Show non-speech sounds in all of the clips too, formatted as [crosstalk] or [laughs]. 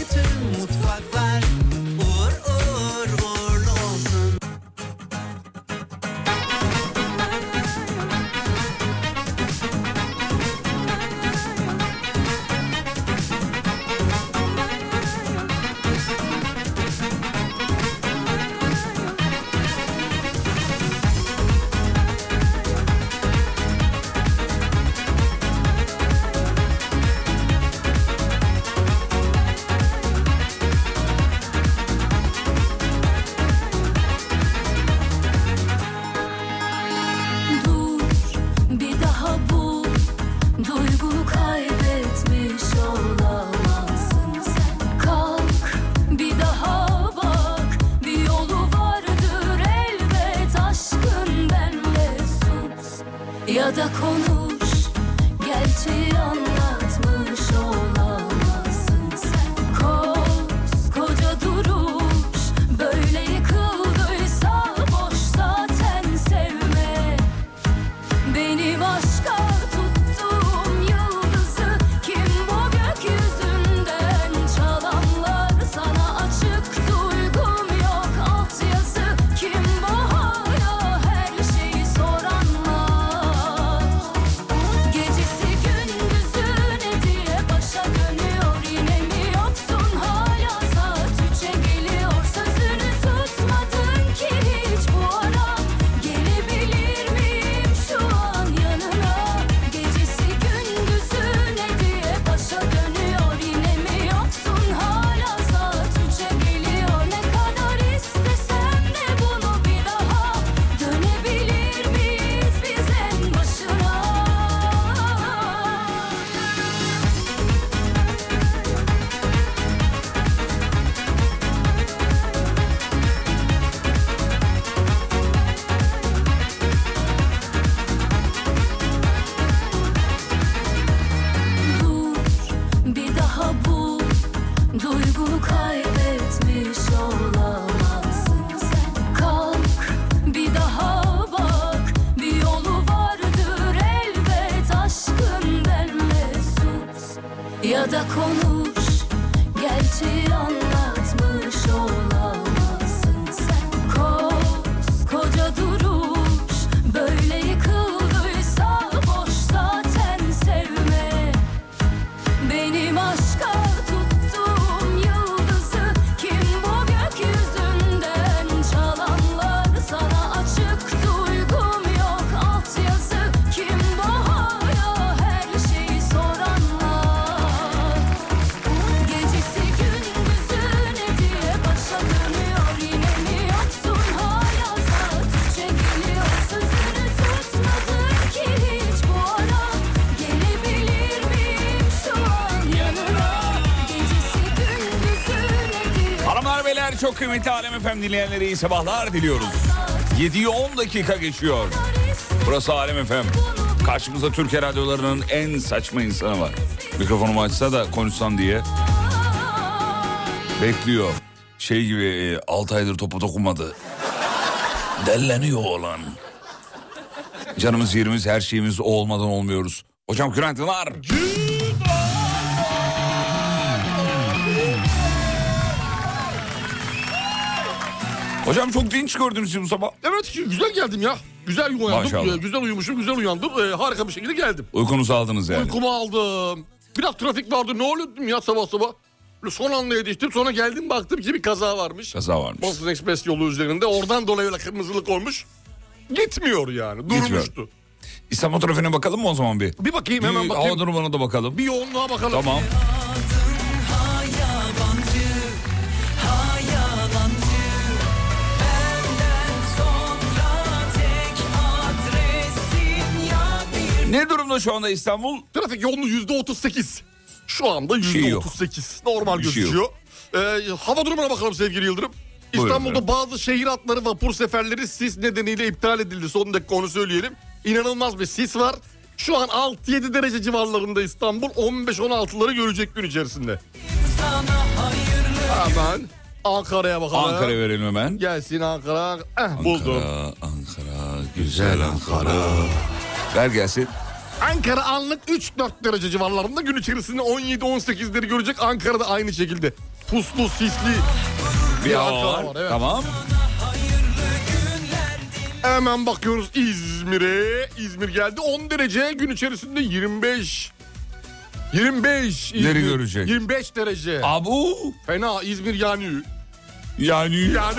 Bütün mutfaklar uğur uğur uğurlu olsun. Dur bir daha bu duygunu kaybetmiş olamazsın sen. Kalk bir daha bak bir yolu vardır elbet aşkın benle sus ya da konuş gerçeği anlatmış olamazsın sen. Koskoca duruş böyle yıkıldıysa boş zaten sevme. Benim aşka tuttuğum yıldızı kim bu gökyüzünden çalanlar sana açık duygum yok altyazı kim bu hala her şeyi soranlar gecesi gündüzü ne diye başa dönüyor yine mi yoksun hala saat üçe geliyor sözünü tutmadın ki hiç bu ara gelebilir miyim şu an yanına gecesi gündüzü ne diye başa dönüyor yine mi yoksun hala saat üçe geliyor ne kadar istesem de bunu bir daha dönebilir miyiz biz en başına? Dur bir daha bu duygunu kaybetmiş olamazsın sen. Kalk bir daha bak bir yolu vardır elbet aşkın benle sus ya da konuş gerçeği anlatmış olamazsın sen. Koskoca duruş böyle yıkıldıysa boş zaten sevme. Benim aşka tuttuğum yıldızı kim bu gökyüzünden çalanlar sana açık duygum yok altyazı kim bu hala her şeyi soranlar gecesi gündüzü ne diye başa dönüyor yine mi yoksun hala saat üçe geliyor sözünü tutmadın ki hiç bu ara gelebilir miyim şu an yanına gecesi gündüzü ne diye Hanımlar beyler çok kıymetli Alem Efem dinleyenleri iyi sabahlar diliyoruz. 7'yi 10 dakika geçiyor. Burası Alem Efem. Karşımızda Türkiye radyolarının en saçma insanı var. Mikrofonumu açsa da konuşsam diye bekliyor. Şey gibi 6 aydır topu dokunmadı. Delleniyor olan. Canımız yerimiz her şeyimiz o olmadan olmuyoruz. Hocam günaydınlar. Hocam çok dinç gördüm sizi bu sabah. Evet güzel geldim ya. Güzel uyandım. Maşallah. Ee, Güzel uyumuşum, güzel uyandım. Ee, harika bir şekilde geldim. Uykunuzu aldınız yani. Uykumu aldım. Biraz trafik vardı. Ne oluyordum ya sabah sabah? Böyle Son anda yetiştim. Sonra geldim baktım ki bir kaza varmış. Kaza varmış. Boston Express yolu üzerinde. Oradan dolayı öyle kırmızılık olmuş. Gitmiyor yani. Gitmiyor. Durmuştu. İstanbul trafiğine bakalım mı o zaman bir? Bir bakayım Bir hemen bakayım. Hava durumuna da bakalım. Bir yoğunluğa bakalım. Tamam. Ha yabancı, ha yalancı. Benden sonra tek adresin ya bir Ne durumda şu anda İstanbul? Trafik yoğunluğu yüzde otuz sekiz. Şu anda şey yüzde yok. otuz sekiz. Normal Bir şey gözüküyor. Ee, hava durumuna bakalım sevgili Yıldırım. Buyurun İstanbul'da efendim. bazı şehir hatları vapur seferleri sis nedeniyle iptal edildi. Son dakika onu söyleyelim. İnanılmaz bir sis var. Şu an 6-7 derece civarlarında İstanbul. 15-16'ları görecek gün içerisinde. sana hayırlı Hemen Ankara'ya bakalım. Ankara verelim hemen. Gelsin Ankara. Eh, buldum. Ankara, Ankara, güzel Ankara. Ver gelsin. Ankara anlık 3-4 derece civarlarında gün içerisinde 17-18'leri görecek. Ankara'da aynı şekilde. Puslu, sisli Bir hava var. Ankara var, evet. Tamam. Hemen bakıyoruz İzmir'e. İzmir geldi 10 derece gün içerisinde 25. 25. İzmir. Neleri görecek? 25 derece. Abu. Fena İzmir yanıyor. Yani. Yani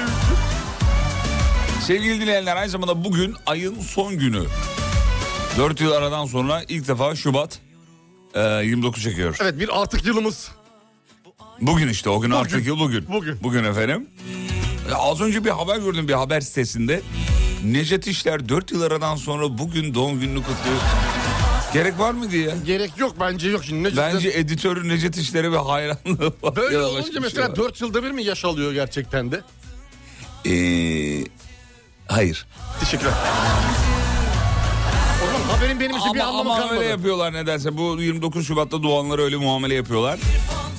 Sevgili dinleyenler aynı zamanda bugün ayın son günü. 4 yıl aradan sonra ilk defa Şubat e, 29 çekiyor. evet bir artık yılımız. Bugün işte o gün artık yıl bugün. Bugün. Bugün efendim. E, az önce bir haber gördüm bir haber sitesinde. Necdet İşler 4 yıl aradan sonra bugün doğum gününü kutluyor. Gerek var mı diye. Gerek yok bence yok şimdi. Ne Bence editörü Necdet İşler'e bir hayranlığı var. Böyle Ya da başka olunca bir şey mesela var. 4 yılda bir mi yaş alıyor gerçekten de? Ee, hayır. Teşekkürler. O zaman haberin benim için bir Ama, anlamı ama kalmadı. öyle yapıyorlar nedense. Bu 29 Şubat'ta doğanlara öyle muamele yapıyorlar.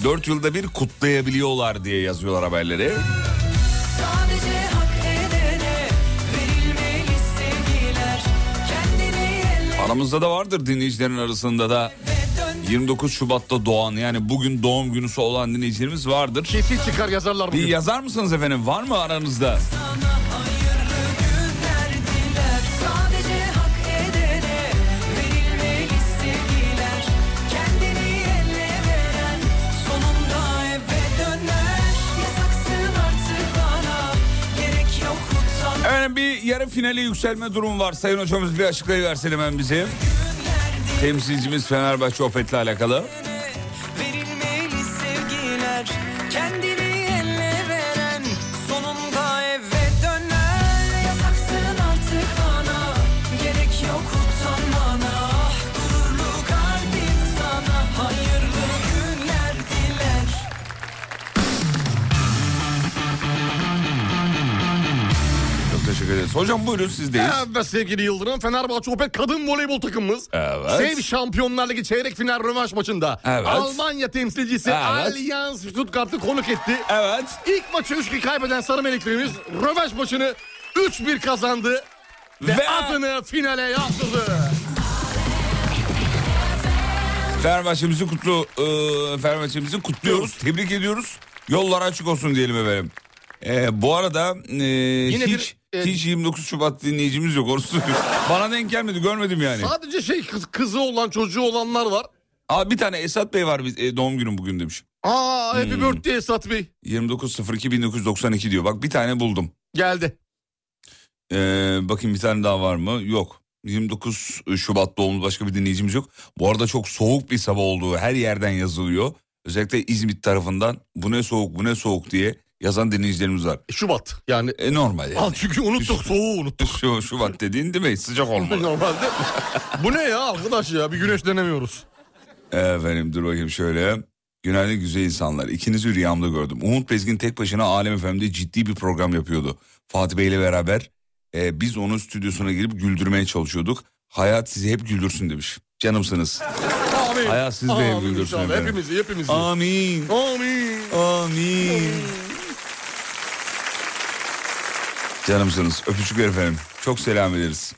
4 yılda bir kutlayabiliyorlar diye yazıyorlar haberleri. Sadece hak edene verilmeli sevgiler Kendini yerle Aramızda da vardır dinleyicilerin arasında da ve dön 29 Şubat'ta doğan yani bugün doğum günüsü olan dinleyicilerimiz vardır. Kesin çıkar yazarlar Bir bugün. yazar mısınız efendim? Var mı aranızda? hayırlı günler diler Sadece hak edene verilmeli sevgiler Kendini yerle veren sonunda eve döner Yasaksın artık bana gerek yok utanma Efendim bir yarı finale yükselme durumu var. Sayın hocamız bir açıklayıversin hemen bize. Temsilcimiz Fenerbahçe Opet'le alakalı. Verilmeli sevgiler Kendini elle veren Sonunda eve döner Yasaksın artık bana Gerek yok utanmana Ah gururlu kalbim sana Hayırlı günler diler Çok teşekkür ederiz. Hocam buyurun sizdeyiz. Evet Ee, sevgili Yıldırım Fenerbahçe Opet kadın voleybol takımımız. Evet. Sev Şampiyonlar Ligi çeyrek final rövanş maçında. Evet. Almanya temsilcisi Evet. Allianz Stuttgart'ı konuk etti. Evet. İlk maçı 3-2 kaybeden Sarı Meleklerimiz rövanş maçını 3-1 kazandı. Ve, Ve- adını finale yazdırdı. Fenerbahçe'mizi kutlu e, Fenerbahçe'mizi kutluyoruz. Tebrik ediyoruz. Yollar açık olsun diyelim efendim. E, bu arada e, hiç bir, e, hiç 29 Şubat dinleyicimiz yok. Orası söylüyorum. Bana denk gelmedi görmedim yani. Sadece şey kız, kızı olan çocuğu olanlar var. Aa, bir tane Esat Bey var biz- e, doğum günüm bugün demiş. Aa happy Hmm. birthday Esat Bey. 29.02.1992 diyor. Bak bir tane buldum. Geldi. E, bakayım bir tane daha var mı? Yok. 29 Şubat doğumlu başka bir dinleyicimiz yok. Bu arada çok soğuk bir sabah olduğu her yerden yazılıyor. Özellikle İzmit tarafından bu ne soğuk bu ne soğuk diye yazan dinleyicilerimiz var. Şubat yani. E normal Al yani. çünkü unuttuk soğuğu unuttuk. Şu, Şubat dediğin değil mi? Sıcak olmalı. Normalde. Bu ne ya arkadaş ya bir güneşlenemiyoruz. Efendim dur bakayım şöyle. Günaydın güzel insanlar. İkinizi rüyamda gördüm. Umut Bezgin tek başına Alem FM'de ciddi bir program yapıyordu. Fatih Bey ile beraber e, biz onun stüdyosuna girip güldürmeye çalışıyorduk. Hayat sizi hep güldürsün demiş. Canımsınız. Amin. Hayat siz de Amin güldürsün inşallah. efendim. Hepimizi hepimizi. Amin. Amin. Amin. Canımsınız. Öpücükler efendim. Çok selam ederiz.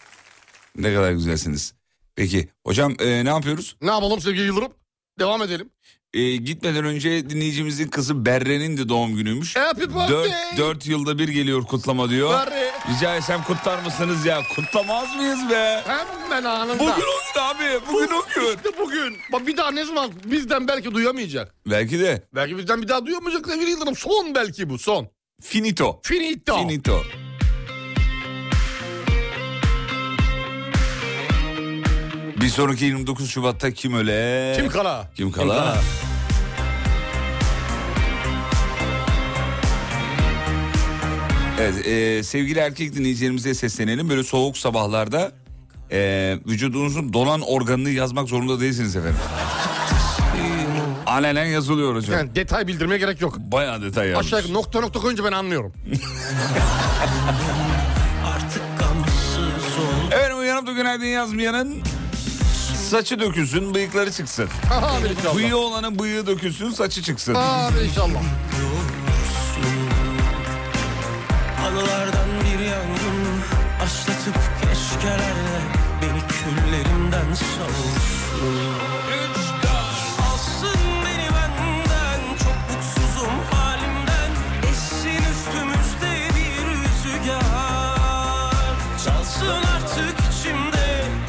Ne kadar güzelsiniz. Peki hocam e, ne yapıyoruz? Ne yapalım sevgili Yıldırım? Devam edelim. E, gitmeden önce dinleyicimizin kızı Berre'nin de doğum günüymüş. Happy Dört, birthday. dört yılda bir geliyor kutlama diyor. Berre. Rica etsem kutlar mısınız ya? Kutlamaz mıyız be? Hemen anında. Bugün o gün abi. Bugün o gün. İşte bugün. Bak bir daha ne zaman bizden belki duyamayacak. Belki de Belki bizden bir daha duyamayacak sevgili Yıldırım. Son belki bu son. finito. Finito. Finito. Bir sonraki 29 Şubat'ta kim öle? Kim kala? Kim kala? Evet, e, sevgili erkek dinleyicilerimize seslenelim. Böyle soğuk sabahlarda e, vücudunuzun donan organını yazmak zorunda değilsiniz efendim. Alenen yazılıyor hocam. Yani detay bildirmeye gerek yok. Bayağı detay yazmış. Aşağı yukarı nokta nokta koyunca ben anlıyorum. [laughs] Artık gamsız ol Efendim uyanıp da günaydın yazmayanın saçı dökülsün, bıyıkları çıksın. Amin inşallah. Bıyığı olanın bıyığı dökülsün, saçı çıksın. Amin inşallah. Anılardan bir yangın Başlatıp keşkelerle Beni külleri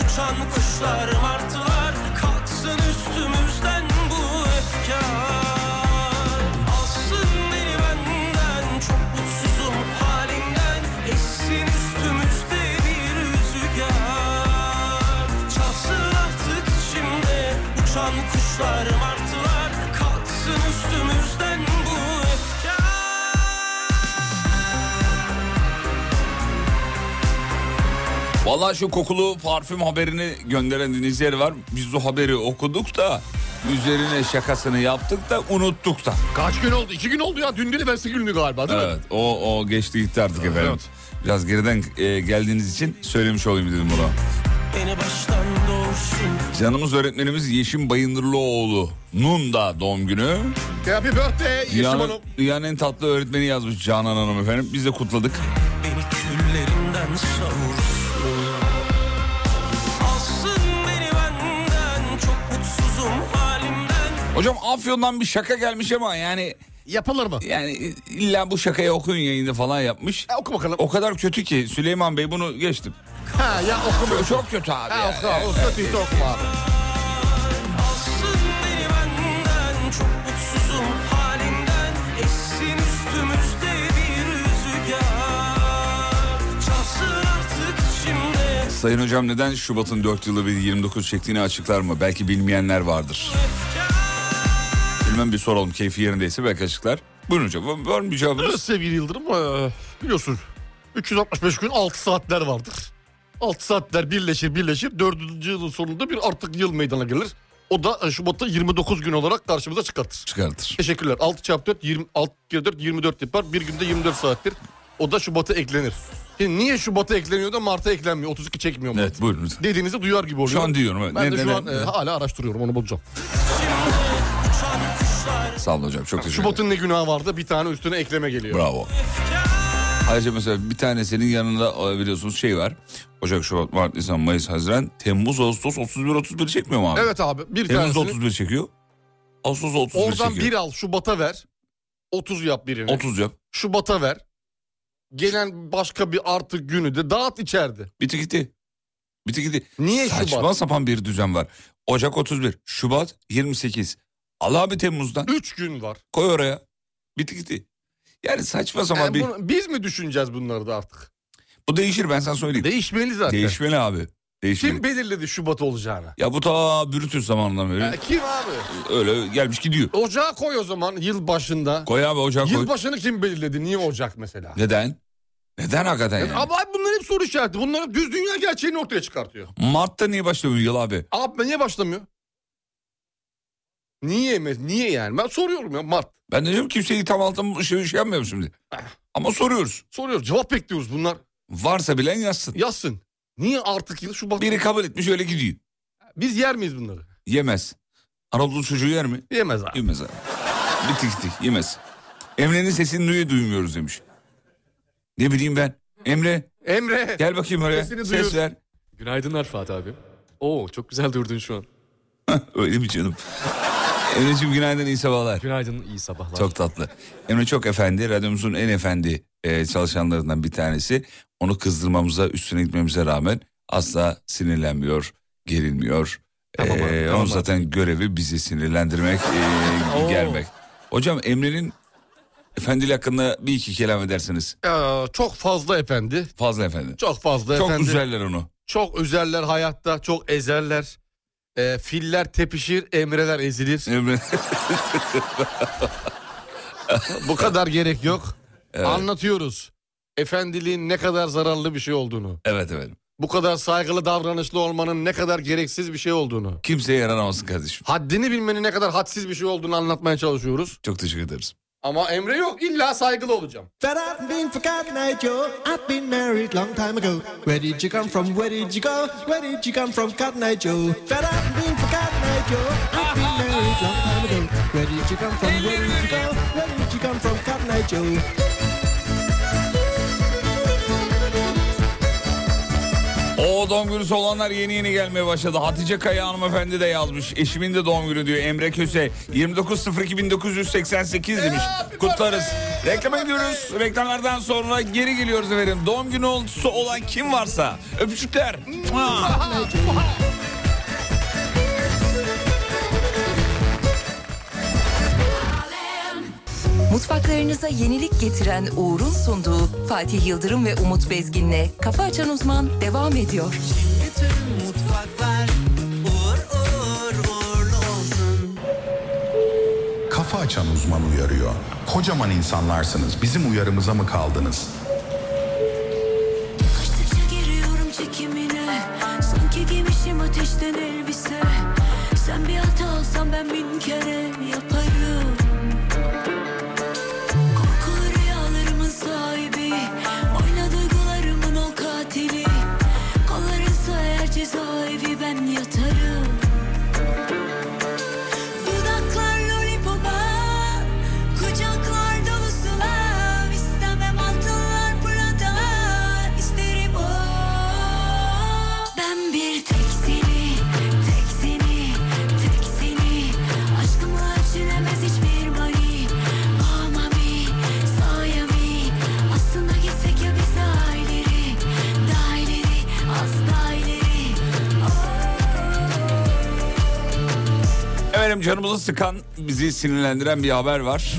uçan kuşlar martılar Kalksın üstümüzden bu efkar Alsın beni benden çok mutsuzum halimden Essin üstümüzde bir rüzgar Çalsın artık içimde uçan kuşlar martılar Kalksın üstümüzden bu efkar Vallahi şu kokulu parfüm haberini gönderen dinleyiciler var. Biz o haberi okuduk da üzerine şakasını yaptık da unuttuk da. Kaç gün oldu? İki gün oldu ya. Dün değil evvelsi gündü galiba değil mi? Evet o, o geçti gitti artık efendim. Evet. Biraz geriden e, geldiğiniz için söylemiş olayım dedim bunu. Beni baştan doğursun Canımız öğretmenimiz Yeşim Bayındırlıoğlu. Nun da doğum günü. Happy birthday Yeşim Dünyanın, Hanım. dünyanın en tatlı öğretmeni yazmış Canan Hanım efendim. Biz de kutladık. Beni küllerinden savursun Alsın beni benden Çok mutsuzum halimden Hocam Afyon'dan bir şaka gelmiş ama yani Yapılır mı? yani illa bu şakayı okuyun yayında falan yapmış. E, oku bakalım. O kadar kötü ki Süleyman Bey bunu geçtim. Ha ya okuma. Çok- Çok kötü abi. Ha yani. okuma. O kötüyse okuma abi. Alsın beni benden Çok mutsuzum halimden Essin üstümüzde bir rüzgar Çalsın artık içimde Sayın hocam neden Şubat'ın 4 yılı bir 29 çektiğini açıklar mı? Belki bilmeyenler vardır. Bilmem bir soralım keyfi yerindeyse belki açıklar. Buyurun hocam var mı bir Evet, cevabınız? sevgili Yıldırım eee, biliyorsun 365 gün 6 saatler vardır. 6 saatler birleşir birleşir 4. yılın sonunda bir artık yıl meydana gelir. O da e, Şubat'ta 29 gün olarak karşımıza çıkartır. Çıkartır. Teşekkürler. 6 çarpı 4 20 6 kere 4 24 yapar. Bir günde 24 saattir. O da Şubat'a eklenir. Şimdi niye Şubat'a ekleniyor da Mart'a eklenmiyor? 32 çekmiyor mu? Evet buyurun. Dediğinizi duyar gibi oluyor. Şu an diyorum, evet. Ben Ne- de şu ne- an e, ne- hala araştırıyorum onu bulacağım. Sağ olun hocam çok teşekkür ederim. Şubat'ın ne günahı vardı? Bir tane üstüne ekleme geliyor. Bravo. Ayrıca mesela bir tanesinin yanında e, biliyorsunuz şey var. Ocak, Şubat, Mart, Nisan, Mayıs, Haziran, Temmuz, Ağustos 31-31 çekmiyor mu abi? Evet abi. Bir Temmuz tanesini- 31 çekiyor. Ağustos 31 Oradan çekiyor. bir al Şubat'a ver. 30 yap birini. 30 yap. Şubat'a ver. Gelen başka bir artı günü de dağıt içeride. Bitti gitti. Bitti gitti. Niye Saçma Şubat? sapan bir düzen var. Ocak 31, Şubat 28. Al abi Temmuz'dan 3 gün var. koy oraya. Bitti gitti. Yani saçma sapan Yani bir... bunu- biz mi düşüneceğiz bunları da artık? Bu değişir ben sana söyleyeyim. Değişmeli zaten. Değişmeli abi. Değişmeli. Kim belirledi Şubat olacağını? Ya bu ta Brutus zamanından beri Ya kim abi? öyle gelmiş gidiyor. Ocağa koy o zaman yıl başında. Koy abi ocağa koy. Yılbaşını kim belirledi? Niye Ocak mesela? Neden? Neden hakikaten yani? Ama abi bunlar hep soru işareti. Bunlar hep düz dünya gerçeğini ortaya çıkartıyor. Mart'ta niye başlıyor bu yıl abi? Abi niye başlamıyor? Niye mi? Niye yani? Ben soruyorum ya Mart. Ben de diyorum kimseyi tam altına şey, şey yapmıyorum şimdi. Ah. Ama soruyoruz. Soruyoruz. Cevap bekliyoruz bunlar. Varsa bilen yazsın. Yazsın. Niye artık yıl Şubat? Biri kabul etmiş öyle gidiyor. Biz yer miyiz bunları? Yemez. Anadolu çocuğu yer mi? Yemez abi. Yemez abi. Bitti gitti yemez. Emre'nin sesini duyu duymuyoruz demiş. Ne bileyim ben. Emre Emre. gel bakayım oraya. Sesini Ses duyuyoruz. ver. Günaydınlar Fatih abi. Oo çok güzel durdun şu an. Öyle mi canım? Emre'cim günaydın iyi sabahlar. Günaydın, iyi sabahlar. Çok tatlı. Emre çok efendi. Radyomuzun en efendi e, çalışanlarından bir tanesi. Onu kızdırmamıza üstüne gitmemize rağmen asla sinirlenmiyor, gerilmiyor. Tamam abi, E, onun tamam abi. zaten görevi bizi sinirlendirmek, e, [laughs] Oo. germek. Hocam Emre'nin efendilik hakkında bir iki kelam edersiniz. Ee, çok fazla efendi. Fazla efendi. Çok fazla Çok efendi. üzerler onu. Çok üzerler hayatta. Çok ezerler. Ee, filler tepişir, emreler ezilir. Emre [laughs] Bu kadar gerek yok. Anlatıyoruz. Efendiliğin ne kadar zararlı bir şey olduğunu. evet efendim. Bu kadar saygılı davranışlı olmanın ne kadar gereksiz bir şey olduğunu. Kimseye yaranamasın kardeşim. Haddini bilmenin ne kadar hadsiz bir şey olduğunu anlatmaya çalışıyoruz. Çok teşekkür ederiz. Ama Emre yok illa saygılı olacağım. That I've been forgotten, I Joe. I've been married long time ago. Where did you come from? Where did you go? Where did you come from, Cotton Eye Joe? That I've been forgotten, I Joe. I've been married long time ago. Where did you come from? Where did you go? Where did you come from, Cotton Eye Joe? O doğum günüsü olanlar yeni yeni gelmeye başladı. Hatice Kaya hanımefendi de yazmış. Eşimin de doğum günü diyor. Emre Köse 29.02.1988 demiş. Kutlarız. Reklama gidiyoruz. Reklamlardan sonra geri geliyoruz efendim. Doğum günü olsun olan kim varsa. Öpücükler. Mua. Mutfaklarınıza yenilik getiren Uğur'un sunduğu Fatih Yıldırım ve Umut Bezgin'le Kafa Açan Uzman devam ediyor. Kafa açan uzman uyarıyor. Kocaman insanlarsınız. Bizim uyarımıza mı kaldınız? Kaçtıkça giriyorum çekimine Sanki giymişim ateşten elbise Sen bir hata alsan ben bin kere yaparım Korkulu rüyalarımın sahibi Oyna duygularımın ol katili Kollarınsa eğer cezaevi ben yatarım Dudaklar lollipopa Kucaklar dolusu ev İstemem altınlar burada İsterim o Ben bir tek seni Tek seni Tek seni Aşkımla ölçülemez hiçbir mani Amami Sayami Aslında gitsek ya biz daha ileri Daha ileri Az daha ileri Efendim canımızı sıkan, bizi sinirlendiren bir haber var.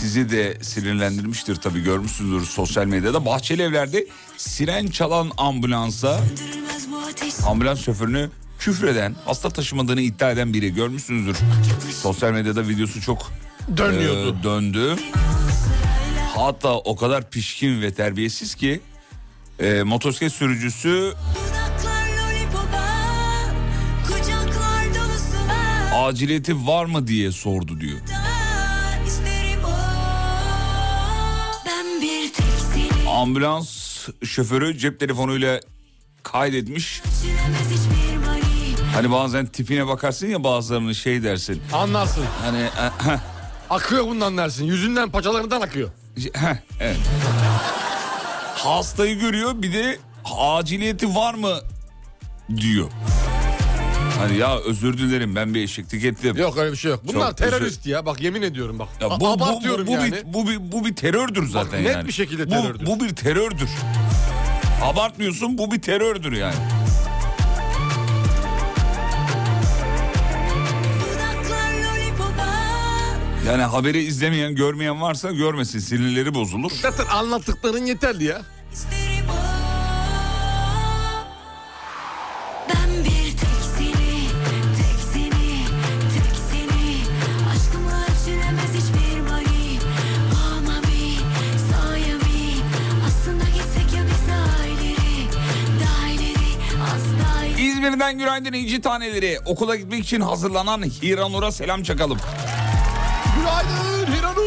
Sizi de sinirlendirmiştir tabii görmüşsünüzdür sosyal medyada. Bahçeli evlerde siren çalan ambulansa Öldürmez bu ateş ambulans şoförünü küfreden, hasta taşımadığını iddia eden biri görmüşsünüzdür. Sosyal medyada videosu çok Dönüyordu. e, döndü. Hatta o kadar pişkin ve terbiyesiz ki e, motosiklet sürücüsü Dudaklar lollipopa Kucaklar dolusu ben aciliyeti var mı diye sordu diyor. İsterim o Ben bir tek seni Ambulans şoförü cep telefonuyla kaydetmiş. Çilemez hiçbir mani Hani bazen tipine bakarsın ya bazılarının şey dersin. Anlarsın. Hani [clears throat] Akıyor bundan dersin. Yüzünden paçalarından akıyor. Heh, evet. Hastayı görüyor bir de aciliyeti var mı diyor. Hani ya özür dilerim ben bir eşeklik ettim. Yok öyle bir şey yok. Bunlar Çok terörist ya. Bak yemin ediyorum bak. Ya bu, bu, Abartıyorum bu, bu yani. Bir, bu, bir, bu bir terördür zaten net yani. bir şekilde Bu- terördür. Bu, bir terördür. Abartmıyorsun bu bir terördür yani. Dudaklar lollipopa Yani haberi izlemeyen görmeyen varsa görmesin sinirleri bozulur. Zaten anlattıkların yeterli ya. İsterim o Ben bir tek seni Tek seni Tek seni Aşkımla çilemez hiçbir mani Amami Sayami Aslında gitsek ya biz daha ileri Daha ileri Az daha ileri İzmir'den günaydın inci taneleri. Okula gitmek için hazırlanan Hiranur'a selam çakalım. Günaydın Hiranur.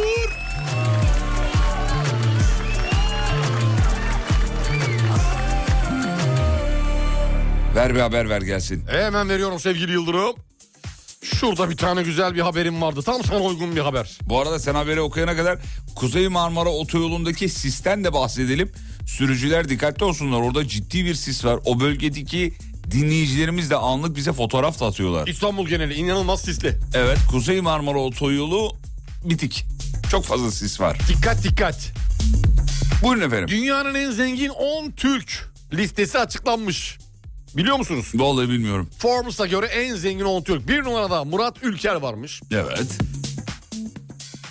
Ver bir haber ver gelsin. E, hemen veriyorum sevgili Yıldırım. Şurada bir tane güzel bir haberim vardı. Tam sana uygun bir haber. Bu arada sen haberi okuyana kadar Kuzey Marmara Otoyolu'ndaki sisten de bahsedelim. Sürücüler dikkatli olsunlar. Orada ciddi bir sis var. O bölgedeki dinleyicilerimiz de anlık bize fotoğraf da atıyorlar. İstanbul geneli inanılmaz sisli. Evet Kuzey Marmara Otoyolu bitik. Çok fazla sis var. Dikkat dikkat. Buyurun efendim. Dünyanın en zengin 10 Türk listesi açıklanmış. Biliyor musunuz? Vallahi bilmiyorum. Forbes'a göre en zengin 10 Türk. Bir numarada Murat Ülker varmış. Evet.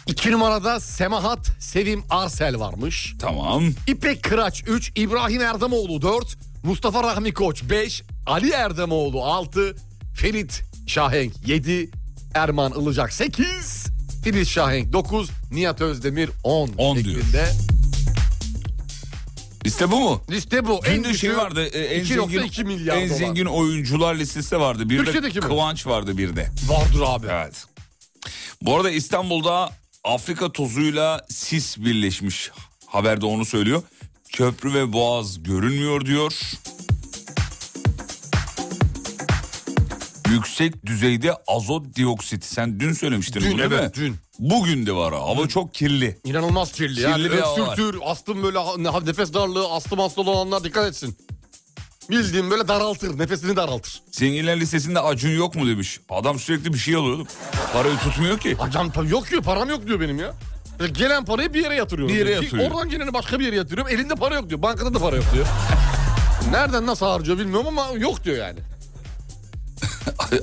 İki numarada Semahat Sevim Arsel varmış. Tamam. İpek Kıraç 3, İbrahim Erdemoğlu 4, Mustafa Rahmi Koç 5, Ali Erdemoğlu 6, Ferit Şahenk 7, Erman Ilıcak 8, Filiz Şahenk 9, Nihat Özdemir 10. 10 diyor. şeklinde. İşte bu mu? Liste bu. Dün de düşüğü şey vardı. e, En 2.2 zengin, milyar en dolar. zengin oyuncular listesi vardı. Bir Türkiye'deki de mi? Kıvanç vardı bir de. Vardır abi. Evet. Bu arada İstanbul'da Afrika tozuyla sis birleşmiş. Haberde onu söylüyor. Köprü ve boğaz görünmüyor diyor. Yüksek düzeyde azot dioksit. Sen dün söylemiştin Dün, bunu değil mi? evet, dün. Bugün de var. ha. Hava çok kirli. İnanılmaz kirli. Yani Kirli bir hava var. öksürtür, astım böyle ha- nefes darlığı, astım hastalığı olanlar dikkat etsin. Bildiğin böyle daraltır. Nefesini daraltır. Zenginler listesinde Acun yok mu demiş. Adam sürekli bir şey alıyor oğlum. Parayı tutmuyor ki. Adam pa- yok diyor param yok diyor benim ya. Ya Gelen parayı bir yere yatırıyorum. Bir yere diyor. Ki yatırıyor. Oradan geleni başka bir yere yatırıyorum. Elinde para yok diyor. Bankada da para yok diyor. [laughs] Nereden nasıl harcıyor bilmiyorum ama yok diyor yani.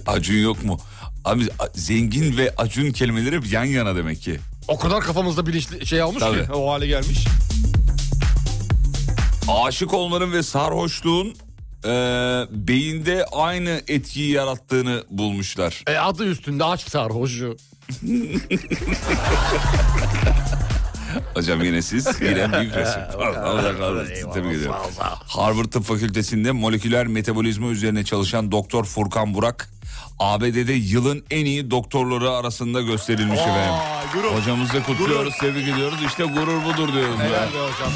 Acun yok mu? Abi a- zengin ve Acun kelimeleri hep yan yana demek ki. O kadar kafamızda bilinçli şey almış Tabii. ki o hale gelmiş. Aşık olmanın ve sarhoşluğun e, beyinde aynı etkiyi yarattığını bulmuşlar. E adı üstünde aç sarhoşu. Hocam yine siz yine büyük resim. Allah kahretsin, tebrik ediyorum. Harvard Tıp Fakültesi'nde moleküler metabolizma üzerine çalışan Doktor Furkan Burak ABD'de yılın en iyi doktorları arasında gösterilmiş efendim. Hocamızı kutluyoruz, tebrik ediyoruz. İşte gurur budur diyoruz. be. Helal be hocam.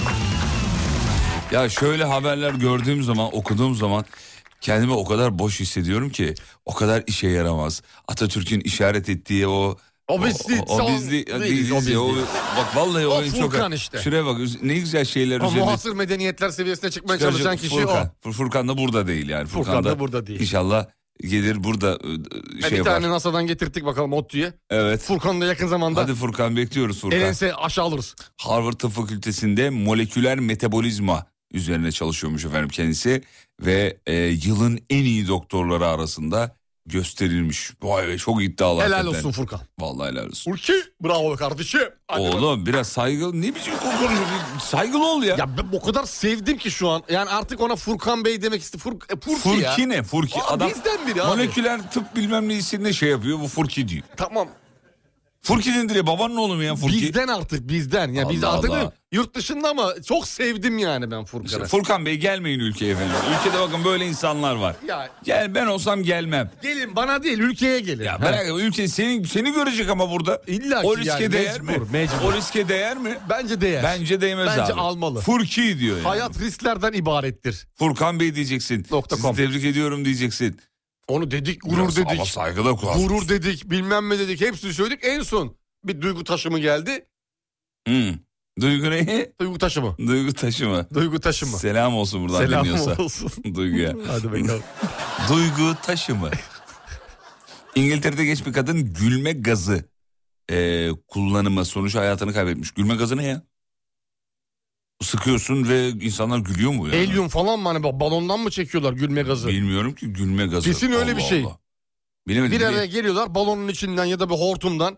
Ya şöyle haberler gördüğüm zaman, okuduğum zaman kendimi o kadar boş hissediyorum ki o kadar işe yaramaz. Atatürk'ün işaret ettiği o O bizlik, o, o sağ- bizlik- değiliz, değiliz o ya, bizlik. o- bak vallahi o, O en Furkan çok işte. şuraya bak üz- ne güzel şeyler O üzerine muhasır medeniyetler seviyesine çıkmaya çıkaracak çalışan kişi Furkan. Fur- Furkan da burada değil yani. Furkan, Furkan da burada değil. İnşallah gelir burada e, e, o. E, şey bir yapar. tane NASA'dan getirttik bakalım ODTÜ'ye. Evet. Furkan'ı da yakın zamanda Hadi Furkan bekliyoruz Furkan. elense aşağı alırız. Harvard Tıp Fakültesi'nde moleküler metabolizma üzerine çalışıyormuş efendim kendisi ve e, yılın en iyi doktorları arasında gösterilmiş. Vay be çok iddialı. Helal hakikaten. olsun Furkan. Vallahi helal olsun. Furki bravo kardeşim. Hadi bakalım. Oğlum biraz saygılı ne biçim konuşuyorsun? Saygılı ol ya. [laughs] Ya ben o kadar sevdim ki şu an. Yani artık ona Furkan Bey demek istedim. Furk, e, Furki, ya. Furki ne? Furki. Aa, Adam bizden biri abi. moleküler tıp bilmem ne isimle şey yapıyor. Bu Furki diyor. Tamam. Furki nedir ya? Babanın oğlu mu ya Furki? Bizden artık bizden. Ya biz Allah artık Allah. yurt dışında ama çok sevdim yani ben İşte Furkan'ı. Furkan Bey gelmeyin ülkeye efendim. Ülkede bakın böyle insanlar var. Ya- Gel ben olsam gelmem. gelin bana değil ülkeye gelin. Ya Ha. bırak ülke seni seni görecek ama burada. İlla ki o riske yani, değer mecbur, mi? mecbur. O riske değer mi? Bence değer. Bence değmez Bence abi. almalı. Furki diyor yani. Hayat risklerden ibarettir. Furkan Bey diyeceksin. Nokta Sizi com. tebrik ediyorum diyeceksin. Onu dedik gurur Biraz Ama dedik. saygıda kulak. Gurur dedik bilmem ne dedik hepsini söyledik. En son bir duygu taşımı geldi. Hı. Hmm. Duygu ne? [laughs] Duygu taşımı. Duygu taşıma. Duygu taşımı. Selam olsun buradan dinliyorsa. Selam olsun. [laughs] Duygu'ya. Hadi bakalım. Duygu taşıma. İngiltere'de genç bir kadın gülme gazı eee kullanıma sonucu hayatını kaybetmiş. Gülme gazı ne ya? Sıkıyorsun ve insanlar gülüyor mu? Yani? Helyum falan mı hani bak balondan mı çekiyorlar gülme gazı? Bilmiyorum ki gülme gazı. Kesin öyle bir şey. Bilemedim. Bir bile- araya geliyorlar balonun içinden ya da bir hortumdan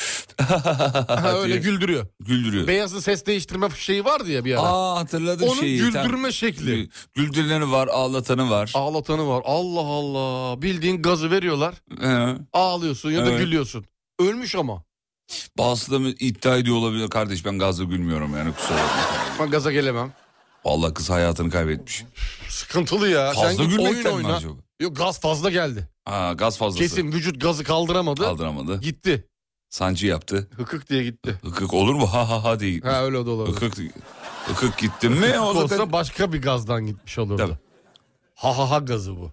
[laughs] ha, diye öyle güldürüyor. güldürüyor. Beyazın ses değiştirme şeyi vardı ya bir ara. Aa hatırladım Onun şeyi. Tam- güldürme şekli. Gü- Güldüreni var, ağlatanı var. Ağlatanı var. Allah Allah. Bildiğin gazı veriyorlar. He. Ağlıyorsun ya da Evet. gülüyorsun. Ölmüş ama. Bazısı da iddia ediyor olabilir kardeş ben gazla gülmüyorum yani kusura bakma. Ben gaza gelemem. Vallahi kız hayatını kaybetmiş. Sıkıntılı ya. Fazla Sen git oyun gülmekten mi oyna. acaba? Yok gaz fazla geldi. Aa, gaz fazlası. Kesin vücut gazı kaldıramadı. Kaldıramadı. Gitti. Sancı yaptı. Hıkık diye gitti. Hıkık olur mu? Ha ha ha diye gitmiş. Ha öyle de olabilir. Hıkık, hıkık gitti mi? Hıkık O olsa zaten... başka bir gazdan gitmiş olurdu. Tabii. Ha ha ha gazı bu.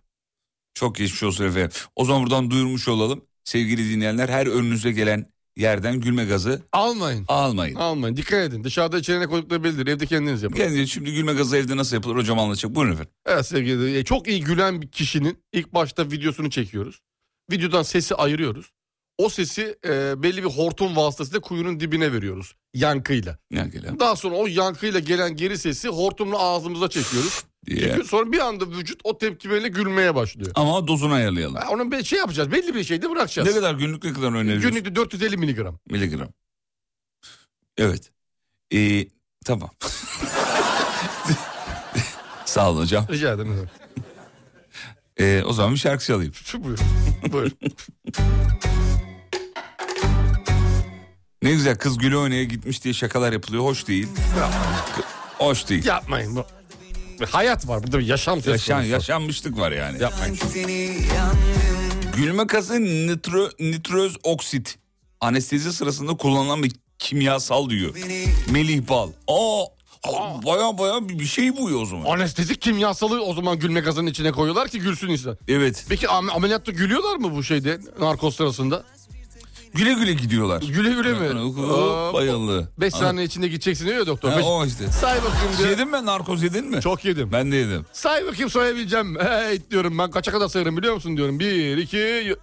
Çok geçmiş olsun efendim. O zaman buradan duyurmuş olalım. Sevgili dinleyenler her önünüze gelen yerden gülme gazı Almayın. almayın. Almayın. Dikkat edin. Dışarıda içerine koydukları bellidir. Evde kendiniz yapın. Kendinize şimdi gülme gazı evde nasıl yapılır hocam anlatacak. Buyurun efendim. Evet sevgili e, Çok iyi gülen bir kişinin ilk başta videosunu çekiyoruz. Videodan sesi ayırıyoruz. O sesi e, belli bir hortum vasıtasıyla kuyunun dibine veriyoruz. Yankıyla. Ne gelen? Daha sonra o yankıyla gelen geri sesi hortumla ağzımıza çekiyoruz. diye. Çünkü sonra bir anda vücut o tepkimeyle gülmeye başlıyor. Ama dozunu ayarlayalım. Ha, Onun bir şey yapacağız. Belli bir şeyde bırakacağız. Ne kadar günlük ne kadar öneriyoruz? Günlükte 450 miligram. Miligram. Evet. Ee, tamam. [laughs] Sağ olun hocam. Rica ederim. Ee, o zaman bir şarkı çalayım. Şu buyur. buyur. Ne güzel kız gülü oynaya gitmiş diye şakalar yapılıyor. Hoş değil. Hoş değil. Yapmayın. bu. Bir Hayat var. Burada bir yaşam söz Yaşan, konusu. yaşanmışlık var yani. Yapmayın. Gülme kazı nitro, nitroz oksit. Anestezi sırasında kullanılan bir kimyasal diyor. Melih Bal. Aa, aa, baya baya bir bir şey bu ya o zaman. Anestezik kimyasalı o zaman gülme gazının içine koyuyorlar ki gülsün insan. Evet. Peki am- ameliyatta gülüyorlar mı bu şeyde narkoz sırasında? Güle güle gidiyorlar. Güle güle mi? Hukuk bayıldı. 5 saniye içinde gideceksin diyor ya doktor. Ha, Beş- o işte. Say bakayım diyor. Yedin mi? Narkoz yedin mi? Çok yedim. Ben de yedim. Say bakayım sayabileceğim. Hey diyorum ben kaça kadar sayarım biliyor musun diyorum. 1, 2...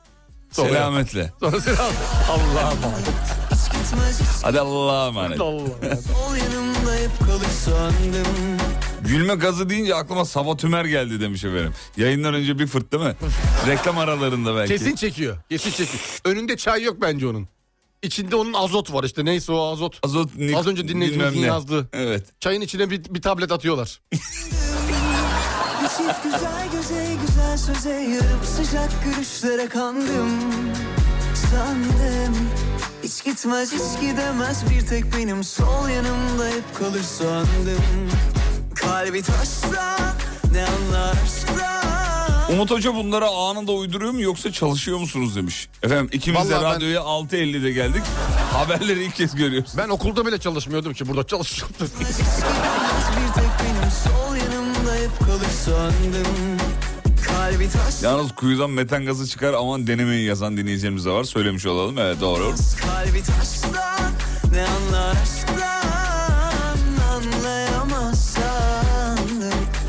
Selametle. [laughs] Sonra selam. Allah'a emanet. Hadi Allah'a emanet. Allah'a Ol yanımda hep kalır sandım Gülme gazı deyince aklıma Saba Tümer geldi demiş efendim. Yayından önce bir fırt değil mi? Reklam aralarında belki. Kesin çekiyor. Kesin çekiyor. Önünde çay yok bence onun. İçinde onun azot var işte. Neyse o azot. Azot, nit- Az önce dinleyicimizin bilmem ne. yazdığı. Evet. Çayın içine bir, bir tablet atıyorlar. Bir çift güzel göze güzel söze yarım sıcak gülüşlere kandım Sandım hiç gitmez hiç gidemez bir tek benim sol yanımda hep kalır sandım Kalbi taşsa ne anlar aşktan Umut Hoca bunları anında uyduruyor mu yoksa çalışıyor musunuz demiş. Efendim ikimiz de Vallahi ben- radyoya 6.50'de geldik. [laughs] Haberleri ilk kez görüyoruz. Ben okulda bile çalışmıyordum ki burada çalışıyordum. Bir tek benim sol yanımda hep kalır sandım Kalbi taşsa Yalnız kuyudan metan gazı çıkar aman denemeyi yazan dinleyicilerimiz de var. Söylemiş olalım evet doğru. Kalbi taşsa ne anlar aşktan anlayamazsan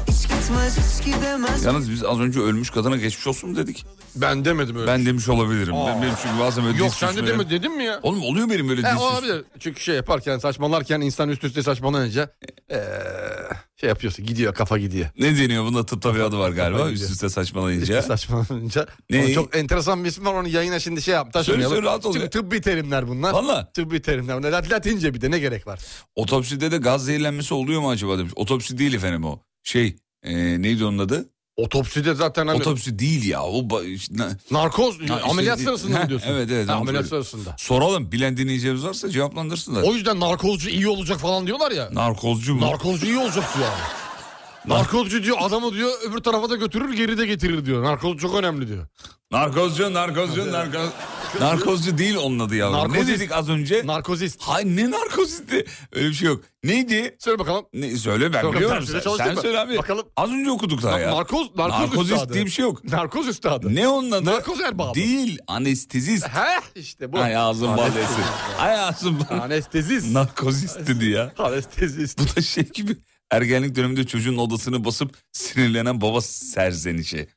Hiç gitmez hiç gidemez Yalnız biz az önce ölmüş kadına geçmiş olsun mu dedik. [laughs] Ben demedim öyle. Ben demiş olabilirim. Ben, benim çünkü bazen böyle Yok diz sen de sürçmeleri- demedin dedim mi ya? Oğlum oluyor benim böyle He, diz sürçmeleri. olabilir. Çünkü şey yaparken saçmalarken insan üst üste saçmalanınca E. ee, şey yapıyorsun gidiyor kafa gidiyor. Ne deniyor bunda tıpta bir adı var galiba Kafa üst gidiyor. üste İşte saçmalayınca. saçmalanınca. Neyi? Onun Çok enteresan bir ismi var onu yayına şimdi şey yap. taşımayalım. söyle, rahat ol Çünkü ya. tıbbi terimler bunlar. Valla Tıbbi terimler. bunlar. Lat- Latince bir de ne gerek var? otopside de gaz zehirlenmesi oluyor mu acaba demiş. Otopsi değil efendim o. Şey e, neydi onun adı? Otopside zaten hani Otopsi değil ya. O ba- işte- na- narkoz işte- ameliyat [laughs] sırasında Ha, mı diyorsun? evet, evet, Ha, onu ameliyat söylüyorum. sırasında. soralım bilen dinleyicilerimiz varsa cevaplandırsınlar. O yüzden narkozcu iyi olacak falan diyorlar ya. Narkozcu mu? Narkozcu iyi olacak diyor abi. Narkozcu diyor adamı diyor öbür tarafa da götürür geri de getirir diyor. Narkoz çok önemli diyor. narkozcu, narkozcu, narkoz. Narkozcu değil onun adı yavrum. Narkozist. Ne dedik az önce? Narkozist. Hay ne narkozisti? Öyle bir şey yok. Neydi? Söyle bakalım. Ne, söyle ben Yok, biliyorum. tersine Sen, çalıştın sen mı? söyle abi. Bakalım. Az önce okuduk daha ya. Narkoz, narkoz Narkozist üstadı. diye bir şey yok. Narkoz üstadı. Ne onun adı? Narkoz erbabı. Değil anestezist. He işte bu. Ay ağzım bal yesin. Ay ağzım bal. Anestezist. Narkozist dedi ya. Anestezist. Bu da şey gibi ergenlik döneminde çocuğun odasını basıp sinirlenen baba serzenişi.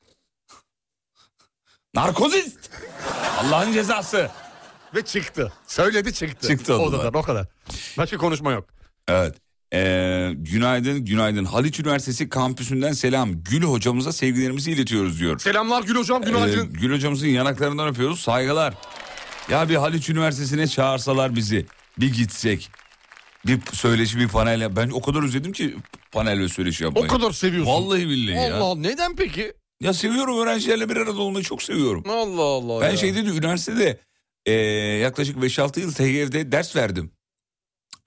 Narkozist! Allah'ın cezası. Ve çıktı. Söyledi çıktı. Çıktı odadan. Odadan o kadar. Başka konuşma yok. Evet. Ee, günaydın, günaydın. Haliç Üniversitesi kampüsünden selam. Gül hocamıza sevgilerimizi iletiyoruz diyor. Selamlar Gül Hocam Ee, günaydın. Gül hocamızın yanaklarından öpüyoruz. Saygılar. Ya bir Haliç Üniversitesi'ne çağırsalar bizi. Bir gitsek. Bir söyleşi bir panel. Ben o kadar özledim ki panel ve söyleşi o yapmayı. kadar seviyorsun. Vallahi billahi Allah ya. Allah neden peki? Ya seviyorum öğrencilerle bir arada olmayı çok seviyorum. Allah Allah Ben şey ya. şeyde de üniversitede e, yaklaşık 5-6 yıl TGV'de ders verdim.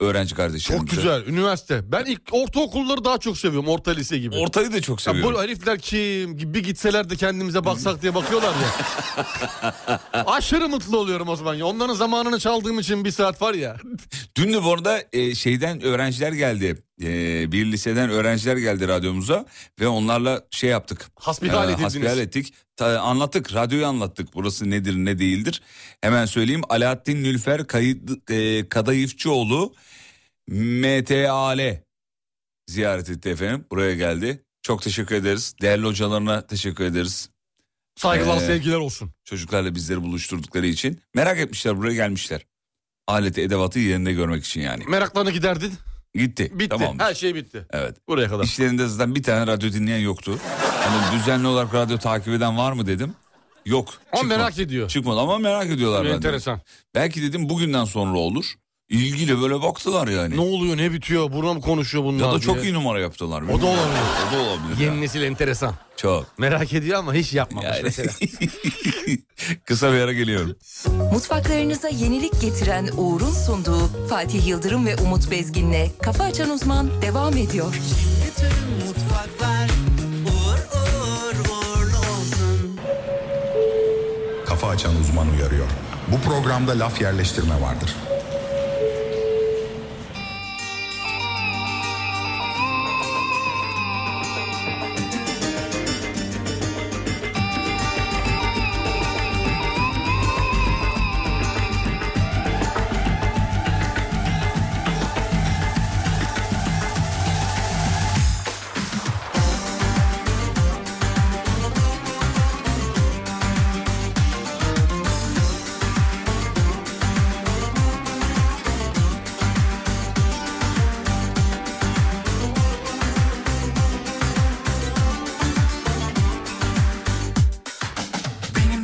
Öğrenci kardeşlerim. Çok güzel üniversite. Ben ilk ortaokulları daha çok seviyorum orta lise gibi. Ortayı da çok Ya seviyorum. bu herifler kim gibi gitseler de kendimize baksak diye bakıyorlar ya. [laughs] Aşırı mutlu oluyorum o zaman ya. Onların zamanını çaldığım için bir saat var ya. Dün de bu arada e, şeyden öğrenciler geldi. E, bir liseden öğrenciler geldi radyomuza ve onlarla şey yaptık. Hasbihal E, edildiniz. hasbihal ettik. Ta- anlattık, radyoyu anlattık. Burası nedir, ne değildir. Hemen söyleyeyim. Alaaddin Nülfer Kayı- e, Kadayıfçıoğlu MTAL ziyaret etti efendim. Buraya geldi. Çok teşekkür ederiz. Değerli hocalarına teşekkür ederiz. Saygılar Ee, sevgiler olsun. Çocuklarla bizleri buluşturdukları için. Merak etmişler buraya gelmişler. Aleti edevatı yerinde görmek için yani. Meraklarını giderdin. Gitti. Bitti. Tamamdır. Her şey bitti. Evet. Buraya kadar. İşlerinde zaten bir tane radyo dinleyen yoktu. Hani düzenli olarak radyo takip eden var mı dedim. Yok. Ama çıkmadı. merak ediyor. Çıkmadı ama merak ediyorlar benden. Enteresan. Belki dedim bugünden sonra olur. İlgiyle böyle baktılar yani. Ne oluyor ne bitiyor buna mı konuşuyor bunlar ya da çok diye. iyi numara yaptılar. O da olabilir. O da olabilir. ya. Yeni nesil enteresan. Çok. Merak ediyor ama hiç yapmamış Yani. mesela. Kısa bir ara geliyorum. Mutfaklarınıza yenilik getiren Uğur'un sunduğu Fatih Yıldırım ve Umut Bezgin'le Kafa Açan Uzman devam ediyor. Bütün mutfaklar uğur uğur uğurlu olsun Kafa açan uzman uyarıyor. Bu programda laf yerleştirme vardır.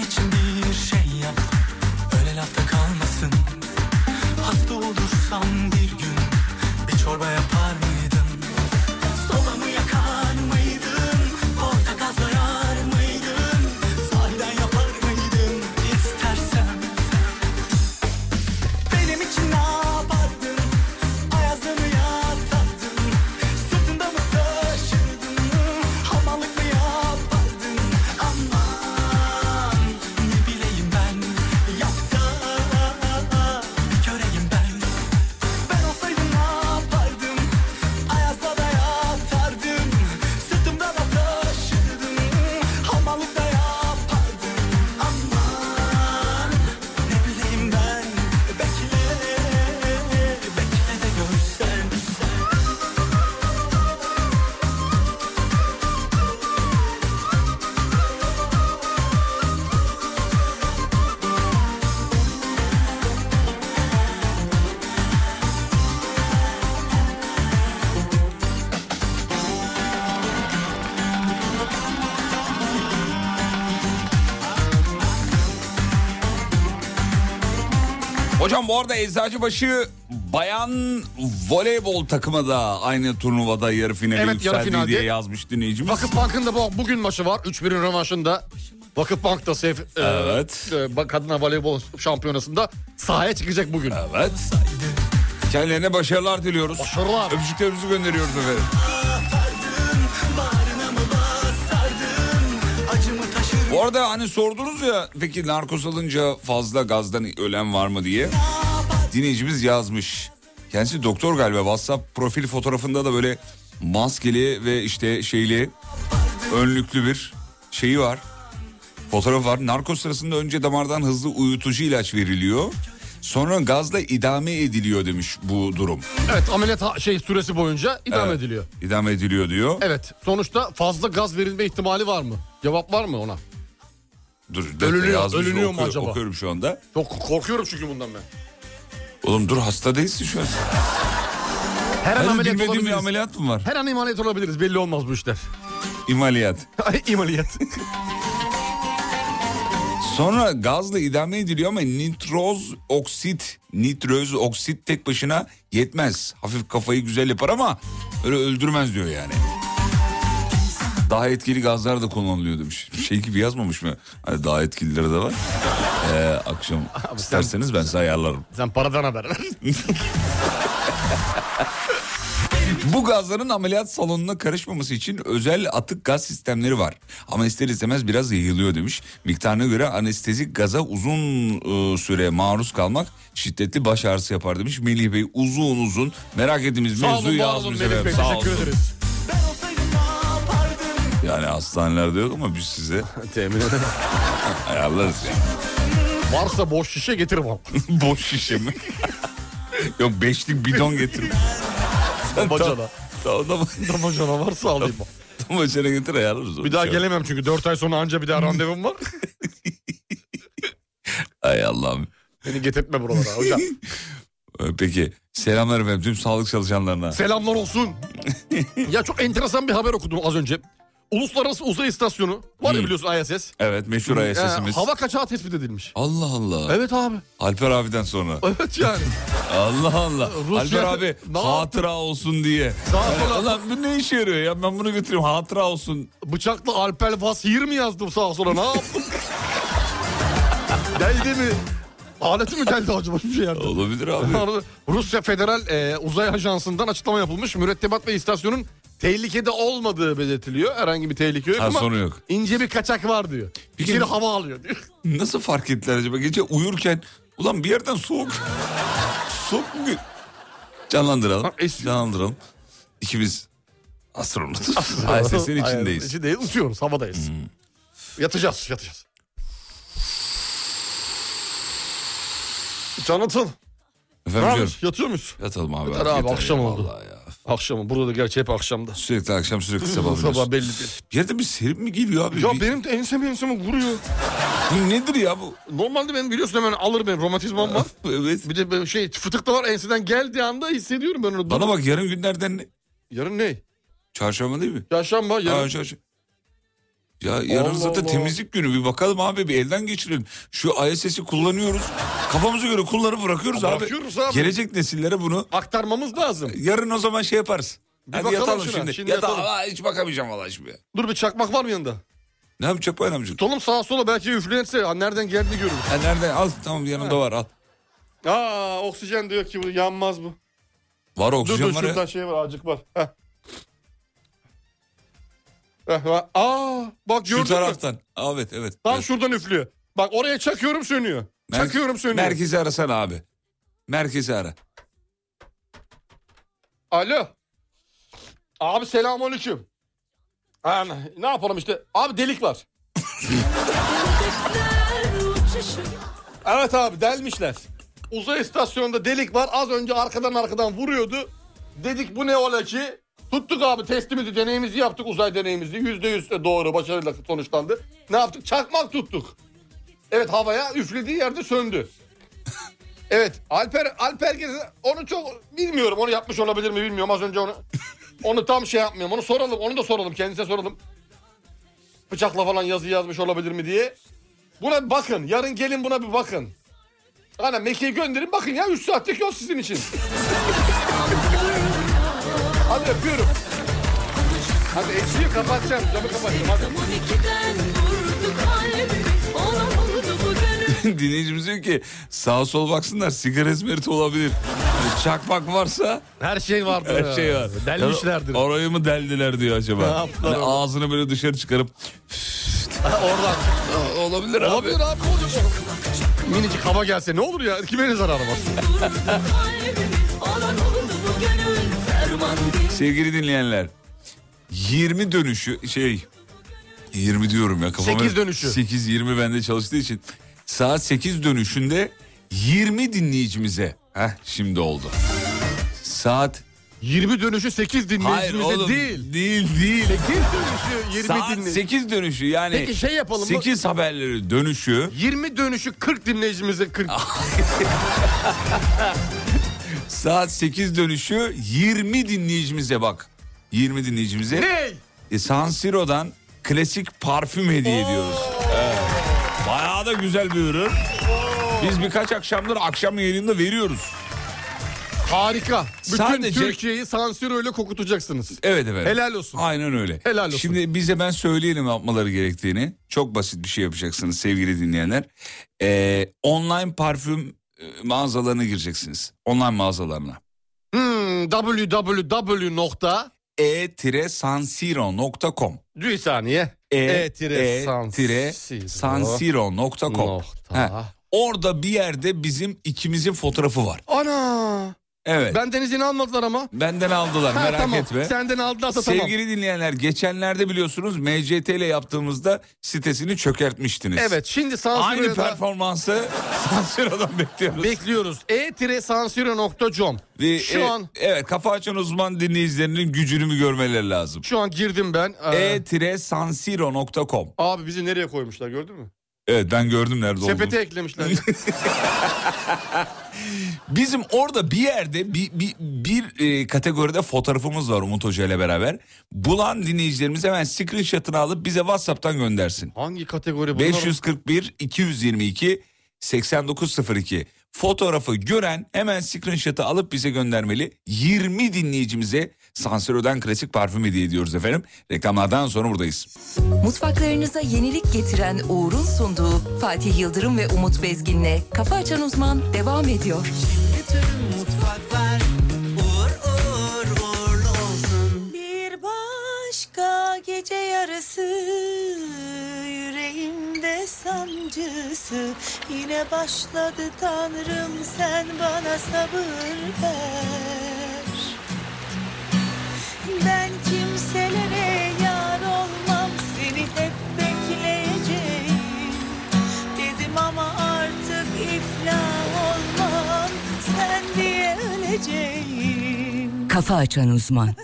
şey Hocam bu arada Eczacıbaşı bayan voleybol takımı da aynı turnuvada yarı finale Evet, yarı yükseldi finalde. diye yazmış dinleyicimiz. Vakıfbank'ın da bu, bugün maçı var. 3-1'in rövanşında. Vakıfbank da sef, Evet. e, e, kadına voleybol şampiyonasında sahaya çıkacak bugün. Evet. Kendilerine başarılar diliyoruz. Başarılar. Öpücüklerimizi gönderiyoruz efendim. Bu arada hani sordunuz ya peki narkoz alınca fazla gazdan ölen var mı diye. Dinleyicimiz yazmış. Kendisi doktor galiba WhatsApp profil fotoğrafında da böyle maskeli ve işte şeyli önlüklü bir şeyi var. Fotoğraf var. Narkoz sırasında önce damardan hızlı uyutucu ilaç veriliyor. Sonra gazla idame ediliyor demiş bu durum. Evet ameliyat ha- şey süresi boyunca idam Evet. ediliyor. İdame ediliyor diyor. Evet sonuçta fazla gaz verilme ihtimali var mı? Cevap var mı ona? Dur, Ölünüyor- yazmış, ölünüyor mu okuyor- acaba? Okuyorum şu anda. Çok korkuyorum çünkü bundan ben. Oğlum dur hasta değilsin şu an. Her an Hadi ameliyat Hani bilmediğim bir olabiliriz. ameliyat mı var? Her an imalat olabiliriz belli olmaz [laughs] bu işler. İmaliyat. imalat. Sonra gazla idame ediliyor ama nitroz oksit, nitroz oksit tek başına yetmez. Hafif kafayı güzel yapar ama öyle öldürmez diyor yani. Daha etkili gazlar da kullanılıyor demiş. Şey gibi yazmamış mı? Hani daha etkilileri de var. Ee, akşam isterseniz ben size ayarlarım. Sen paradan haber ver. Bu gazların ameliyat salonuna karışmaması için özel atık gaz sistemleri var. Ama ister istemez biraz yayılıyor demiş. Miktarına göre anestezik gaza uzun e, süre maruz kalmak şiddetli baş ağrısı yapar demiş. Melih Bey uzun uzun merak ettiğimiz Sağ mevzuyu olun var olun yazmış Melih Bey efendim. Sağ teşekkür olun. ederiz. Yani hastanelerde yok ama biz [laughs] size [laughs] Temin ederim. ayarlarız yani. Varsa boş şişe getir bak. [laughs] Boş şişe mi? [laughs] yok beşlik bidon [laughs] getirin. Damacana. Tamam tamam. Damacana varsa alayım. Tamam içeri getir ayarlarız. Bir daha Şey yok. gelemem çünkü 4 ay sonra anca bir daha randevum var. Ay Allah'ım. Beni getirtme buralara [laughs] hocam. Ee, Peki selamlar efendim tüm sağlık çalışanlarına. Selamlar olsun. ya çok enteresan bir haber okudum az önce. Uluslararası Uzay İstasyonu var ya Hmm. biliyorsun ISS. Evet meşhur Ee, ISS'imiz. hava kaçağı tespit edilmiş. Allah Allah. Evet abi. Alper abiden sonra. [laughs] Evet yani. Allah Allah. Rusya- Alper abi Ne hatıra olsun diye. Daha Yani sonra- Ulan bu ne işe yarıyor ya ben bunu götüreyim hatıra olsun. Bıçaklı Alper Vashir mi yazdım sağa sola ne yaptım? geldi mi? Aleti mi geldi acaba bir şey yaptı? Olabilir abi. Rusya Federal e, Uzay Ajansı'ndan açıklama yapılmış. Mürettebat ve istasyonun tehlikede olmadığı belirtiliyor. Herhangi bir tehlike yok Ha, ama sorun yok. ince bir kaçak var diyor. Peki- İçeri hava alıyor diyor. Nasıl fark ettiler acaba? Gece uyurken ulan bir yerden soğuk. [laughs] soğuk mu? gö- Canlandıralım. Ha, esiyor. Canlandıralım. İkimiz [laughs] astronotuz. ISS'in Aynen, içindeyiz. Hmm. İçindeyiz uçuyoruz havadayız. Hmm. Yatacağız yatacağız. Canatın. Ne Efendim canım. yapıyoruz? Yatıyor muyuz? Yatalım abi. Yeter abi, ya, akşam oldu. vallahi ya. Akşamı. Burada da gerçi hep akşamda. Sürekli akşam [laughs] sürekli sabah. Sabah biliyorsun. belli değil. Bir yerden bir serip mi geliyor abi? Ya Bir- benim de enseme enseme vuruyor. Bu nedir ya [laughs] bu? Normalde benim biliyorsun hemen alır benim romatizmam var. evet. Bir de böyle şey fıtık da var enseden geldiği anda hissediyorum ben onu. Bana bak yarın günlerden ne? Yarın ne? Çarşamba değil mi? Çarşamba yarın. Ha, çarşamba. Ya yarın Allah zaten Allah. temizlik günü bir bakalım abi bir elden geçirin. Şu ISS'i kullanıyoruz. Kafamıza göre kullanıp bırakıyoruz abi. Bırakıyoruz abi. Gelecek nesillere bunu Aktarmamız lazım. yarın o zaman şey yaparız. Hadi bakalım yatalım şuna, şimdi. şimdi Yata- yatalım. Aa, hiç bakamayacağım valla şimdi. Dur bir çakmak var mı yanında? Ne yapacak bu adamcık? Tutalım sağa sola belki üflenirse ha, nereden geldiğini görürüz. Ha, nerede? Al tamam yanımda var al. Aa oksijen diyor ki bu yanmaz bu. Var Dur oksijen dur var ya. şurada şey var acık var. Heh. Heh, var. Aa bak Şu gördün mü? taraftan. Evet evet. Tam Evet. şuradan üflüyor. Bak oraya çakıyorum sönüyor. Mer- çakıyorum sönüyor. Merkezi arasana abi. Merkezi ara. [laughs] Alo. Abi selamünaleyküm. Ha, ne- ne yapalım işte? Abi delik var. Evet abi delmişler. Uzay istasyonunda delik var. Az önce arkadan arkadan vuruyordu. Dedik bu ne ola ki? Tuttuk abi testimizi, deneyimizi yaptık uzay deneyimizi. Yüzde yüz doğru başarıyla sonuçlandı. Ne yaptık? Çakmak tuttuk. Evet havaya üflediği yerde söndü. Evet Alper Alper Gezi- onu çok bilmiyorum onu yapmış olabilir mi bilmiyorum az [laughs] önce onu onu tam şey yapmıyorum onu soralım onu da soralım kendisine soralım bıçakla falan yazı yazmış olabilir mi diye buna bir bakın yarın gelin buna bir bakın Hani Mekke'ye gönderin bakın ya 3 saatlik yol [laughs] sizin için. hadi öpüyorum. Hadi eksiği kapatacağım. Camı kapatacağım hadi. Dinleyicimiz diyor ki sağa sola baksınlar sigara izmeriti olabilir. Yani çakmak varsa Her şey vardır. her şey var. Delmişlerdir. Yani orayı mı deldiler diyor acaba. [laughs] Ne yaptılar Hani ağzını böyle dışarı çıkarıp Oradan. olabilir abi. Olabilir abi. olacak. Minicik hava gelse ne olur ya? Kime ne zararı var? Sevgili dinleyenler 20 dönüşü şey 20 diyorum ya kafam. Sekiz dönüşü. 8 20 bende çalıştığı için saat 8 dönüşünde 20 dinleyicimize heh, şimdi oldu. Saat 20 dönüşü 8 hayır dinleyicimize oğlum değil. değil değil. 8 dönüşü 20 Saat dinleyici. 8 dönüşü yani Peki şey yapalım mı? 8 haberleri dönüşü 20 dönüşü 40 dinleyicimize 40. Ah. saat 8 dönüşü 20 dinleyicimize bak. 20 dinleyicimize. ne? E, San Siro'dan klasik parfüm hediye ediyoruz. Evet. Bayağı da güzel bir ürün. Biz birkaç akşamdır akşam yayınında veriyoruz. Harika. Bütün Sadece- Türkiye'yi sansür öyle kokutacaksınız. Evet evet. Helal olsun. Aynen öyle. Helal olsun. Şimdi bize ben söyleyelim ne yapmaları gerektiğini. Çok basit bir şey yapacaksınız sevgili dinleyenler. Ee, online parfüm e, mağazalarına gireceksiniz. Online mağazalarına. Hmm, www. nokta e-sansiro.com Bir saniye. e-sansiro.com Nokta. Orada bir yerde bizim ikimizin fotoğrafı var. Ana. Evet. Benden izin almadılar ama. Benden aldılar Ha, merak tamam. etme. Senden aldılarsa tamam. Sevgili dinleyenler geçenlerde biliyorsunuz MCT ile yaptığımızda sitesini çökertmiştiniz. Evet şimdi sansür Aynı performansı [laughs] Sansiro'dan bekliyoruz. Bekliyoruz. e-sansüre.com Ve, Şu e, an Evet kafa açan uzman dinleyicilerinin gücünü mü görmeleri lazım. şu an girdim ben. Ee, E- e-sansiro.com abi bizi nereye koymuşlar gördün mü? Evet ben gördüm nerede olduğunu. Sepete eklemişler. [laughs] Bizim orada bir yerde bir, bir, bir e, kategoride fotoğrafımız var Umut Hoca ile beraber. Bulan dinleyicilerimiz hemen screenshot'ını alıp bize Whatsapp'tan göndersin. Hangi kategori bunlar? 541 222 8902 fotoğrafı gören hemen screenshot'ı alıp bize göndermeli. 20 dinleyicimize Sansero'dan klasik parfüm hediye ediyoruz efendim. Reklamlardan sonra buradayız. Mutfaklarınıza yenilik getiren Uğur'un sunduğu Fatih Yıldırım ve Umut Bezgin'le Kafa Açan Uzman devam ediyor. Bütün mutfaklar uğur uğur uğurlu olsun. Bir başka gece yarısı yüreğimde sancısı yine başladı tanrım sen bana sabır ver. Ben kimselere yar olmam seni hep bekleyeceğim Dedim ama artık iflah olmam sen diye öleceğim Kafa Açan Uzman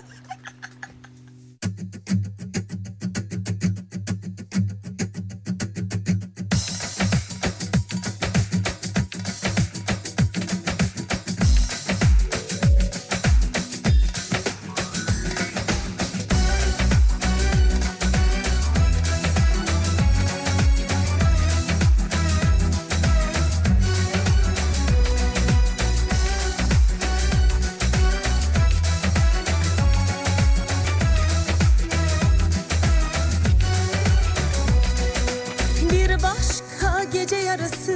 Bir başka gece yarısı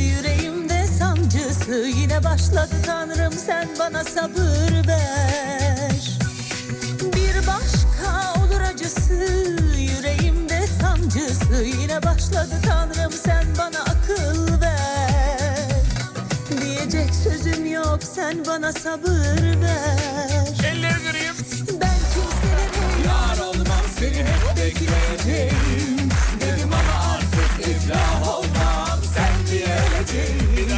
yüreğimde sancısı yine başladı tanrım sen bana sabır ver. Bir başka olur acısı yüreğimde sancısı yine başladı tanrım sen bana akıl ver. Diyecek sözüm yok sen bana sabır ver. Elleri göreyim. Ben kimselere yar olmam seni hep bekleyeceğim Dedim ama artık iflah olmam sen diye öleceğim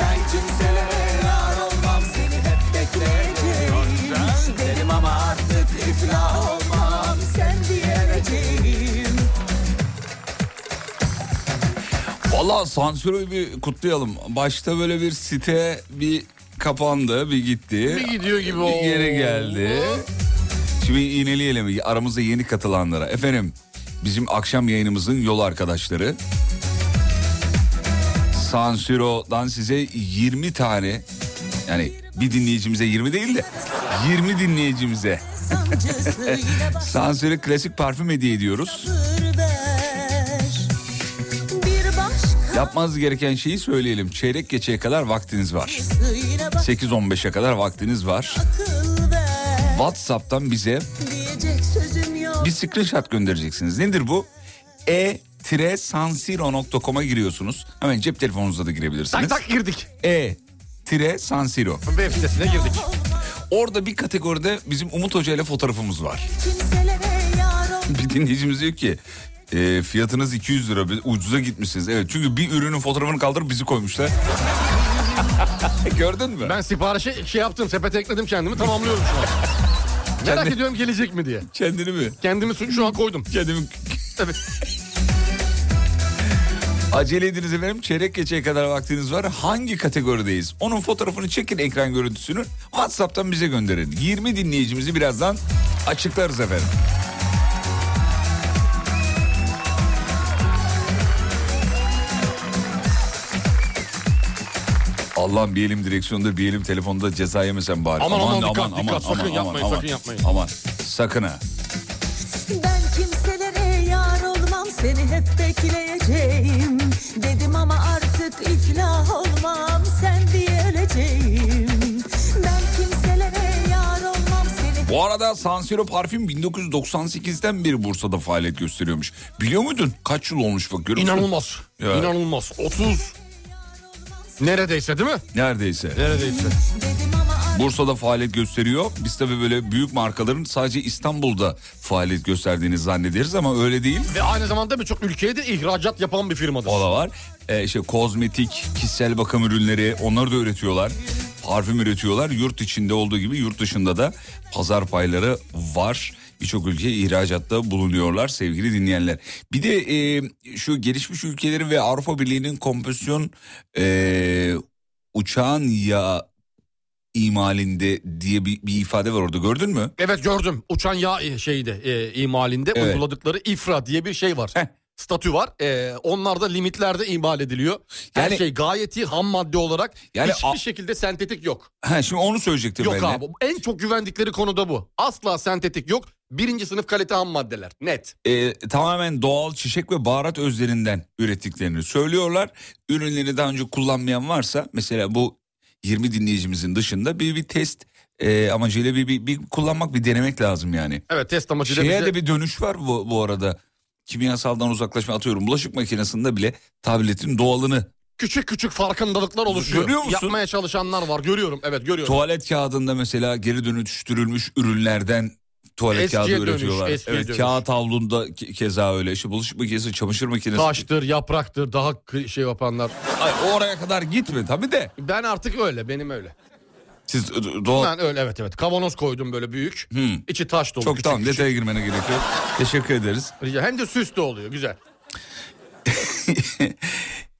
Ben kimselere yar olmam seni hep bekleyeceğim Dedim ama artık iflah olmam sen diye öleceğim Valla sansürü bir kutlayalım. Başta böyle bir site bir kapandı, bir gitti. Bir gidiyor gibi Bir geri oldu. geldi. Şimdi iğneleyelim aramızda yeni katılanlara. Efendim bizim akşam yayınımızın yol arkadaşları. San Siro'dan size 20 tane yani bir dinleyicimize 20 değil de 20 dinleyicimize [laughs] San Siro klasik parfüm hediye ediyoruz. Yapmanız gereken şeyi söyleyelim. Çeyrek geçeye kadar vaktiniz var. 8-15'e kadar vaktiniz var. WhatsApp'tan bize bir screenshot göndereceksiniz. Nedir bu? e sansiro.com'a giriyorsunuz. Hemen cep telefonunuza da girebilirsiniz. Tak tak girdik. E tire sansiro. Web sitesine girdik. Orada bir kategoride bizim Umut Hoca ile fotoğrafımız var. [laughs] Bir dinleyicimiz diyor ki e, fiyatınız 200 lira bir- ucuza gitmişsiniz. Evet çünkü bir ürünün fotoğrafını kaldırıp bizi koymuşlar. [laughs] Gördün mü? Ben siparişi şey yaptım sepete ekledim kendimi tamamlıyorum [laughs] şu an. Merak Kendi- ediyorum gelecek mi diye. Kendini mi? Kendimi su- şu an koydum. Kendimi... Evet. Acele ediniz efendim. Çeyrek geçeye kadar vaktiniz var. Hangi kategorideyiz? Onun fotoğrafını çekin ekran görüntüsünü. WhatsApp'tan bize gönderin. 20 dinleyicimizi birazdan açıklarız efendim. Allah'ım bir elim direksiyonda bir elim telefonda ceza yemesem bari. Aman, aman, dikkat, dikkat. Sakın yapmayın, sakın yapmayın. Aman sakın ha. Ben kimselere yar olmam seni hep bekleyeceğim Dedim ama artık iflah olmam sen diye öleceğim Ben kimselere yar olmam seni Bu arada Sansiro parfüm 1998'den beri Bursa'da faaliyet gösteriyormuş. Biliyor muydun? Kaç yıl olmuş bakıyorum. İnanılmaz. Evet. İnanılmaz. 30. Neredeyse değil mi? Neredeyse. Neredeyse. dedim ama Bursa'da faaliyet gösteriyor. Biz tabii böyle büyük markaların sadece İstanbul'da faaliyet gösterdiğini zannederiz ama öyle değil. Ve aynı zamanda birçok ülkeye de ihracat yapan bir firmadır. O da var. Ee, işte kozmetik, kişisel bakım ürünleri onları da üretiyorlar. Parfüm üretiyorlar. Yurt içinde olduğu gibi yurt dışında da pazar payları var. Birçok ülke ihracatta bulunuyorlar sevgili dinleyenler. Bir de e, şu gelişmiş ülkelerin ve Avrupa Birliği'nin kompozisyon e, uçağın ya imalinde diye bir, bir ifade var orada gördün mü? Evet gördüm. Uçan yağ şeyde e, imalinde Evet. uyguladıkları ifra diye bir şey var. Heh. Statü var. E, onlar da limitlerde imal ediliyor. Yani- Her şey gayet iyi ham madde olarak. Yani hiçbir a- şekilde sentetik yok. Ha, şimdi onu söyleyecektim Yok ben de. abi. En çok güvendikleri konu da bu. Asla sentetik yok. Birinci sınıf kalite ham maddeler. Net. e, tamamen doğal çiçek ve baharat özlerinden ürettiklerini söylüyorlar. Ürünleri daha önce kullanmayan varsa mesela bu 20 dinleyicimizin dışında bir bir test e, amacıyla bir, bir, bir kullanmak bir denemek lazım yani. Evet test amacıyla Şeye bize- de bir dönüş var bu, bu arada. Kimyasaldan uzaklaşma atıyorum bulaşık makinesinde bile tabletin doğalını küçük küçük farkındalıklar oluşuyor. Görüyor musun? Yapmaya çalışanlar var. Görüyorum. Evet görüyorum. tuvalet kağıdında mesela geri dönüştürülmüş ürünlerden tuvalet Eskiye kağıdı dönüş, üretiyorlar. eskiye evet dönüş. kağıt havlunda ke- keza öyle. İşte bulaşık makinesi, çamaşır makinesi. Taştır, yapraktır, daha kı- şey yapanlar. Ay, oraya kadar gitme tabii de. Ben artık öyle, benim öyle. Siz e, doğal Ben öyle evet evet. Kavanoz koydum böyle büyük. İçi taş dolu. Çok küçük tamam küçük. detaya girmene gerek yok. Teşekkür ederiz. Rica- Hem de süs de oluyor güzel.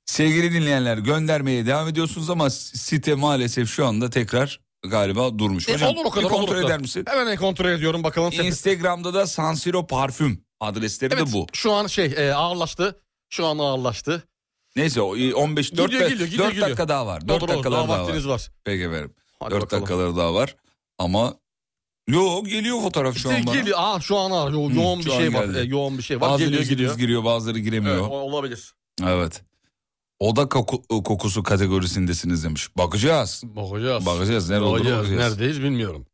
Sevgili dinleyenler göndermeye devam ediyorsunuz ama site maalesef şu anda tekrar galiba durmuş. E, Hocam olur o kadar. bir kontrol olur da. eder misin? Hemen kontrol ediyorum bakalım. sepet- Instagram'da da Sansiro Parfüm adresleri Evet, de bu. Şu an şey e, ağırlaştı. Şu an ağırlaştı. Neyse o e, 15 4, Gidiyor, gidiyor, gidiyor, gidiyor. dakika daha var. 4 Doğru, doğru, dakikalar daha daha, var. vaktiniz var. Peki efendim. Hadi 4 bakalım. dakikaları daha var ama Yo geliyor fotoğraf şu İşte an bana. geliyor. Aa şu an ağır. Yo- yoğun şu bir an şey var. geldi. e, yoğun bir şey var. Bazıları geliyor gidiyor. giriyor, giriyor bazıları Evet, giremiyor. o- olabilir. Evet. Oda koku- kokusu kategorisindesiniz demiş. Bakacağız. Bakacağız. Bakacağız nerede olur Bakacağız. bakacağız. Neredeyiz bilmiyorum.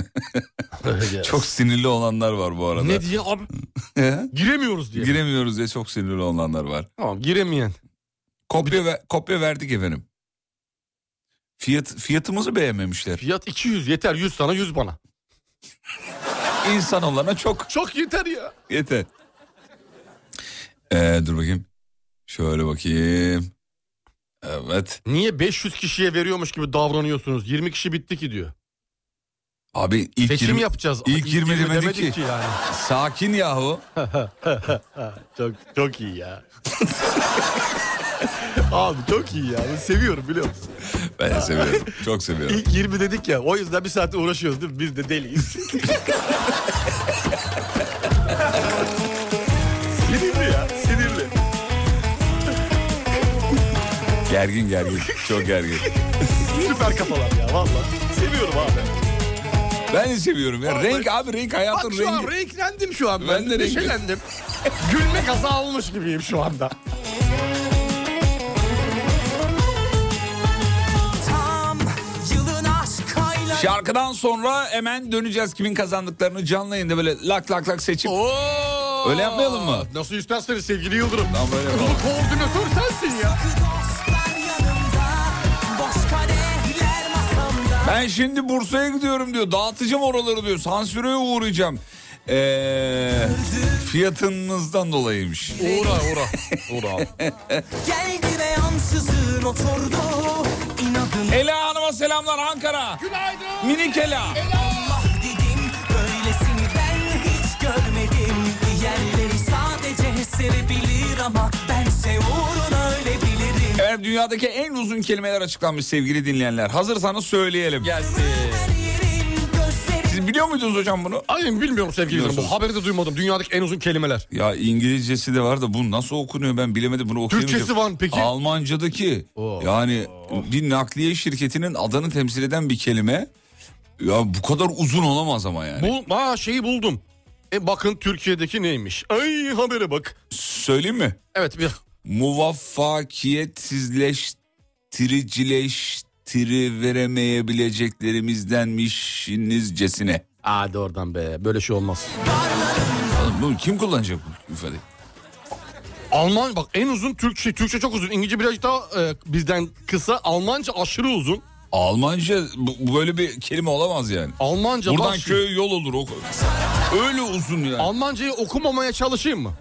[laughs] Bakacağız. Çok sinirli olanlar var bu arada. ne diye abi [laughs] He? giremiyoruz diye. Giremiyoruz diye çok sinirli olanlar var. tamam giremeyen. Kopya ve, kopya verdik efendim. Fiyat fiyatımızı beğenmemişler. Fiyat 200 yeter 100 sana 100 bana. İnsan olana çok Çok yeter ya. yeter. Ee, dur bakayım. Şöyle bakayım. Evet. Niye 500 kişiye veriyormuş gibi davranıyorsunuz? 20 kişi bitti ki diyor. Abi ilk Seçim 20 yapacağız. ilk 20 demedik demedik ki. yani. sakin yahu. Çok çok iyi ya. [laughs] Abi çok iyi ya. Ben seviyorum biliyor musun? Ben de seviyorum. çok seviyorum. İlk 20 dedik ya. O yüzden bir saatte uğraşıyoruz değil mi? Biz de deliyiz. [laughs] sinirli ya. Sinirli. Gergin gergin. Çok gergin. Süper kafalar ya valla. Seviyorum abi. Ben de seviyorum ya. Bak- Renk abi renk Bak hayatın şu an rengi. renklendim şu an. Ben, Ben de de renk- neşelendim. Gülme kaza almış gibiyim şu anda. Tam yılın aşk aylar Şarkıdan sonra hemen döneceğiz kimin kazandıklarını canlı yayında böyle lak lak lak seçip. Oo! Öyle yapmayalım mı? Nasıl isterseniz sevgili Yıldırım. Tamam, öyle yapalım. Bunu koordinatör sensin ya. dostlar yanımda Boş kadehler masamda Ben şimdi Bursa'ya gidiyorum diyor. Dağıtacağım oraları diyor. Sansüre uğrayacağım. Ee, fiyatınızdan dolayıymış. Uğra uğra. Uğra abi. Gel güne yansızın oturdu İnadın Ela Hanım'a selamlar Ankara. Günaydın. Minik Ela. Allah dedim Böylesini ben hiç görmedim Diğerleri sadece sevebilir ama Bense uğruna ölebilirim Efendim dünyadaki en uzun kelimeler açıklanmış sevgili dinleyenler. Hazırsanız söyleyelim. Gelsin. Her yerin gözleri Siz biliyor muydunuz hocam bunu? Aynen bilmiyorum sevgili Yıldırım. Bu Biliyorsunuz. haberi de duymadım. Dünyadaki en uzun kelimeler. Ya İngilizcesi de var da bu nasıl okunuyor ben bilemedim bunu okuyamayacağım. Türkçesi var mı peki? Almancadaki yani bir nakliye şirketinin adını temsil eden bir kelime. Ya bu kadar uzun olamaz ama yani. Bu ha şeyi buldum. E bakın Türkiye'deki neymiş. Ay habere bak. Söyleyeyim mi? Evet bir muvaffakiyetsizleştirilemeyebileceklerimizdenmişinizcesine. Hadi oradan be. Böyle şey olmaz. Oğlum bunu kim kullanacak bu ifadeyi? Alman bak en uzun Türkçe. Türkçe çok uzun. İngilizce birazcık daha e, bizden kısa. Almanca aşırı uzun. Almanca bu, bu böyle bir kelime olamaz yani. Almanca Buradan baş- köy yol olur. oku. Öyle uzun yani. Almancayı okumamaya çalışayım mı?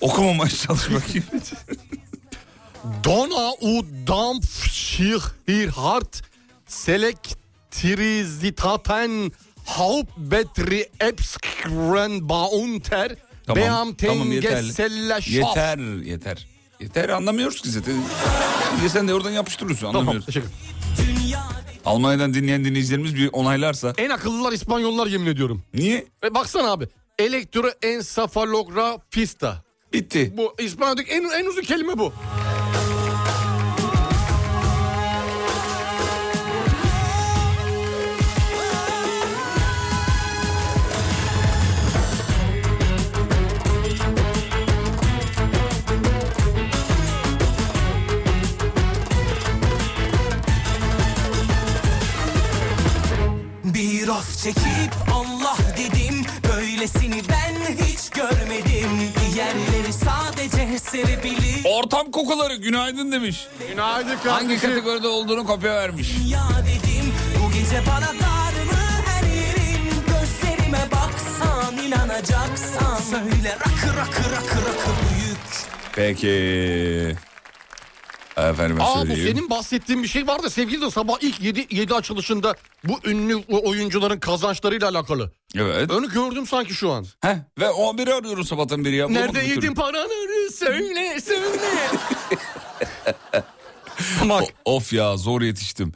Okumamaya çalışmak [laughs] gibi. Dona u Dampfschir Hart Selektirizitaten Hauptbetri Epskrenbaunter Tamam, Beam tamam, yeterli. Tengeselleşaf. yeter, yeter. Yeter anlamıyoruz ki zaten. Ya sen de oradan yapıştırıyorsun Tamam anlamıyoruz. teşekkür ederim. Almanya'dan dinleyen dinleyicilerimiz bir onaylarsa. En akıllılar İspanyollar yemin ediyorum. Niye? E baksana abi. Elektro ensefalografista. Bitti. Bu İspanyol'daki en, en uzun kelime bu. Bir of çekip Allah dedim Böylesini ben hiç görmedim Diğerleri sadece sevebilir Ortam kokuları günaydın demiş. Günaydın Hangi kategoride olduğunu kopya vermiş. Ya dedim bu gece bana dar mı her yerin Gözlerime baksan inanacaksan Söyle rakı rakı rakı rakı büyük Peki. Efendim Aa bu söyleyeyim. senin bahsettiğin bir şey var da sevgili de sabah ilk 7, 7 açılışında bu ünlü oyuncuların kazançlarıyla alakalı. Evet. Onu gördüm sanki şu an. Heh, ve 11'i arıyoruz sabahtan beri ya. Nerede Bulamadık bir yedin türlü. paraları söyle söyle. Bak Of ya zor yetiştim.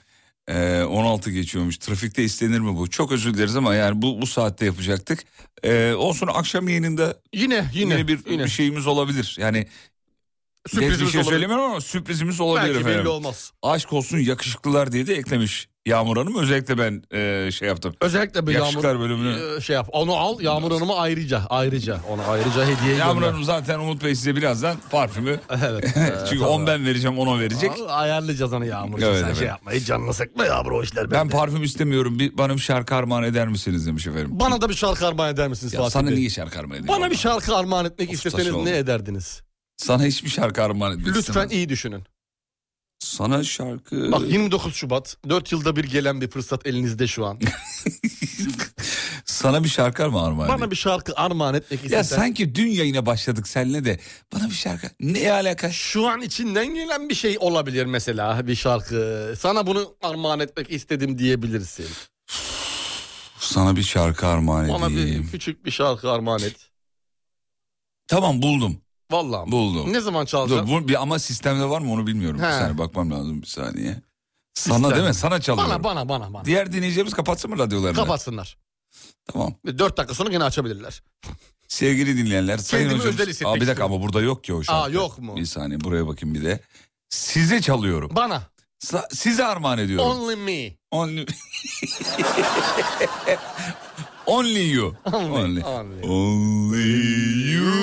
Ee, 16 geçiyormuş. Trafikte istenir mi bu? Çok özür dileriz ama yani bu bu saatte yapacaktık. Ee, olsun akşam yayınında yine yine, yine, bir, yine. bir şeyimiz olabilir. Yani net bir sürprizimiz şey olabilir. söylemiyorum ama sürprizimiz olabilir Belki efendim. belli olmaz. Aşk olsun yakışıklılar diye de eklemiş Yağmur Hanım. Özellikle ben e, şey yaptım. Özellikle bir Yakışıklar yağmur bölümünü- e, şey yap. Onu al Yağmur Hanım'a ayrıca ayrıca ona ayrıca hediye Yağmur gönder. Hanım zaten Umut Bey size birazdan parfümü. Ee, [laughs] Evet. Çünkü 10 ben vereceğim 10 verecek. Al, Ayarlayacağız onu Yağmur. Evet, Sen evet. şey yapma. Hiç canını sıkma Yağmur o işler. Ben parfüm istemiyorum. Bir, bana bir şarkı armağan eder misiniz demiş efendim. Bana da bir şarkı armağan eder misiniz Ya Fatih sana Bey? niye şarkı armağan edeyim? Bana bir şarkı armağan etmek Of, isteseniz saçma oldu. ne ederdiniz? Sana hiçbir şarkı armağan etmek Lütfen istemem. iyi düşünün. Sana şarkı... Bak 29 Şubat 4 yılda bir gelen bir fırsat elinizde şu an. [laughs] Sana bir şarkı armağan edeyim. Bana bir şarkı armağan etmek Ya istesen. sanki dün yayına başladık seninle de bana bir şarkı... Ne alaka? Şu an içinden gelen bir şey olabilir mesela bir şarkı. Sana bunu armağan etmek istedim diyebilirsin. Sana bir şarkı armağan Bana edeyim. bir küçük bir şarkı armağan et. Tamam buldum. Vallahi. mı? Buldum. Ne zaman Dur, çalacaksın? bu, bir, ama sistemde var mı onu bilmiyorum. He. Bir saniye bakmam lazım bir saniye. Sana Sistem. değil mi? Sana çalıyorum. Bana bana bana bana. Diğer dinleyicilerimiz kapatsın mı radyolarını? Kapatsınlar. Tamam. 4 dakika sonra yine açabilirler. Sevgili dinleyenler, sayın Kendimi hocamız. özel hissetmek Aa, bir dakika istiyorum. ama burada yok ki o şarkı. yok mu? Bir saniye buraya bakayım bir de. Size çalıyorum. Bana. Sa- Size armağan ediyorum. Only me. Only... Only you. Only. only. Only you.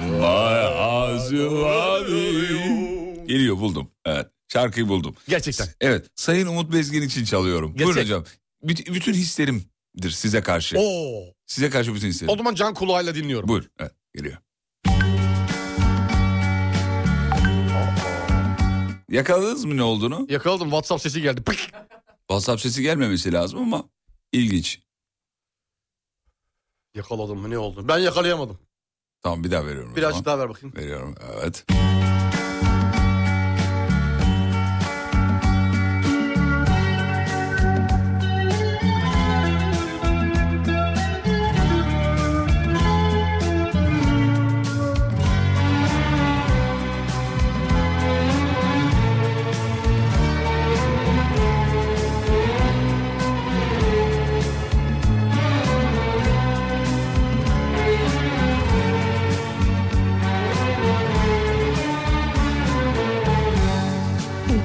My eyes love you. Geliyor buldum. Evet. Şarkıyı buldum. Gerçekten. Evet. Sayın Umut Bezgin için çalıyorum. Buyurun Gerçek. hocam. Büt- bütün hislerimdir size karşı. Oo. Size karşı bütün hislerim. O zaman can kulağıyla dinliyorum. Buyur. Evet, geliyor. Yakaladınız mı ne olduğunu? Yakaladım WhatsApp sesi geldi. Pık. WhatsApp sesi gelmemesi lazım ama ilginç. Yakaladım mı ne oldu? Ben yakalayamadım. Tamam bir daha veriyorum. o Birazcık zaman. daha ver bakayım. Veriyorum evet.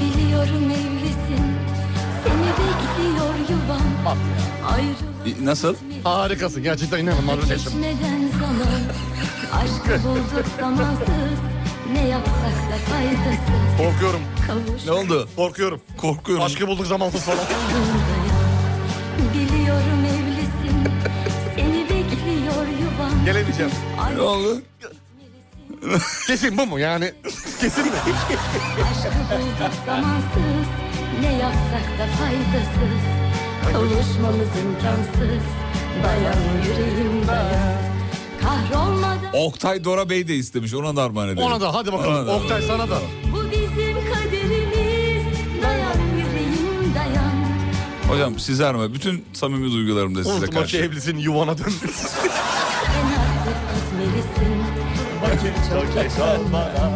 Biliyorum evlisin Seni bekliyor yuvam İ- Ayrılık Nasıl? Harikasın gerçekten inanın arkadaşım. Geçmeden zaman Aşkı [laughs] bulduk zamansız Ne yapsak da faydasız Korkuyorum. Kavuş Ne oldu? Korkuyorum. Korkuyorum. Aşkı bulduk zamansız falan. Biliyorum evlisin Seni bekliyor yuvam Gelemeyeceğim. Ne oldu? Kesin bu mu yani? Kesin mi? Aşkı bulduk zamansız Ne yapsak da faydasız Kavuşmamız imkansız Dayan yüreğim dayan Kahrolmadan Oktay Dora Bey de istemiş ona da armağan edelim. Ona da hadi Ona bakalım. da. Oktay sana da. Bu bizim kaderimiz Dayan yüreğim dayan Hocam size armağan. Bütün samimi duygularım da size Unutma şey- karşı. ki evlisin yuvana döndün. Sen artık gitmelisin Vakit çok geç olmadan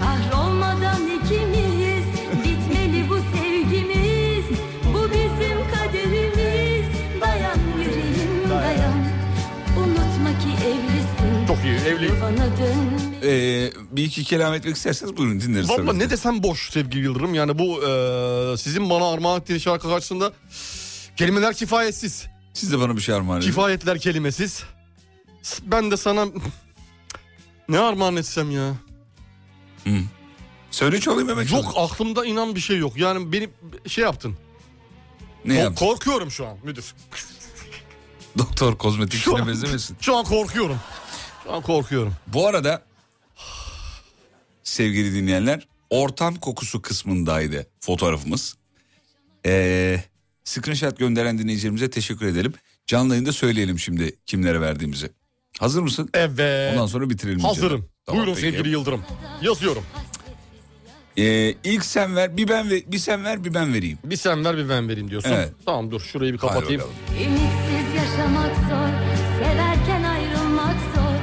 Kahrolmadan ikimiz Bitmeli bu sevgimiz Bu bizim kaderimiz Dayan yüreğim dayan Unutma ki evlisin Çok iyi evliyim. Yuvana dönme Ee, bir iki kelam etmek isterseniz buyurun dinleriz. Valla tabii. ne desem boş sevgili Yıldırım. Yani bu eee, sizin bana armağan ettiğiniz şarkı karşısında kelimeler kifayetsiz. Siz de bana bir şey armağan edin. Kifayetler kelimesiz. S- Ben de sana [laughs] ne armağan etsem ya. Söyle çalayım hemen. Yok çalayım. aklımda inan bir şey yok. Yani beni şey yaptın. Ne Ko- yaptın? korkuyorum şu an müdür. Doktor Şu kozmetikçine an, benzemesin. şu an korkuyorum. Şu an korkuyorum. Bu arada sevgili dinleyenler ortam kokusu kısmındaydı fotoğrafımız. Ee, screenshot gönderen dinleyicilerimize teşekkür edelim. Canlı yayında söyleyelim şimdi kimlere verdiğimizi. Hazır mısın? Evet. Ondan sonra bitirelim. Hazırım. Tamam, Buyurun peki. sevgili Yıldırım. Yazıyorum. Ee, ilk sen ver, bir ben ver, bir sen ver, bir ben vereyim. Bir sen ver bir ben vereyim diyorsun. Evet. Tamam dur şurayı bir Hadi kapatayım. bakalım. Ümitsiz yaşamak zor Severken ayrılmak zor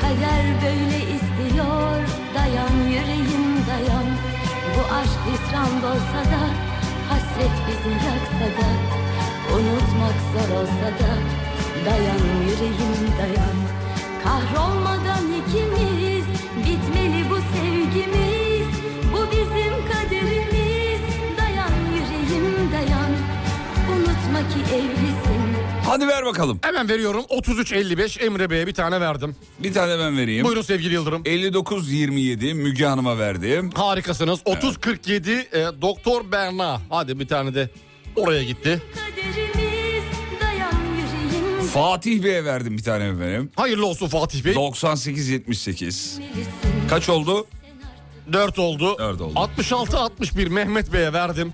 Kader böyle istiyor Dayan yüreğim dayan Bu aşk hüsran olsa da Hasret bizi yaksa da Unutmak zor olsa da Dayan yüreğim dayan Kahrolmadan ikimiz Bitmeli bu sevgimiz Bu bizim kaderimiz Dayan yüreğim dayan Unutma ki evlisin Hadi ver bakalım. Hemen veriyorum. 33.55 Emre Bey'e bir tane verdim. Bir tane ben vereyim. Buyurun sevgili Yıldırım. 59-27 Müge Hanım'a verdim. Harikasınız. 3047 e, Doktor Berna. Hadi bir tane de oraya gitti. Kaderimiz dayan yüreğim Fatih Bey'e verdim bir tane efendim. Hayırlı olsun Fatih Bey. 98-78. delisin. Kaç oldu? 4 oldu. Dört oldu. 66 61 Mehmet Bey'e verdim.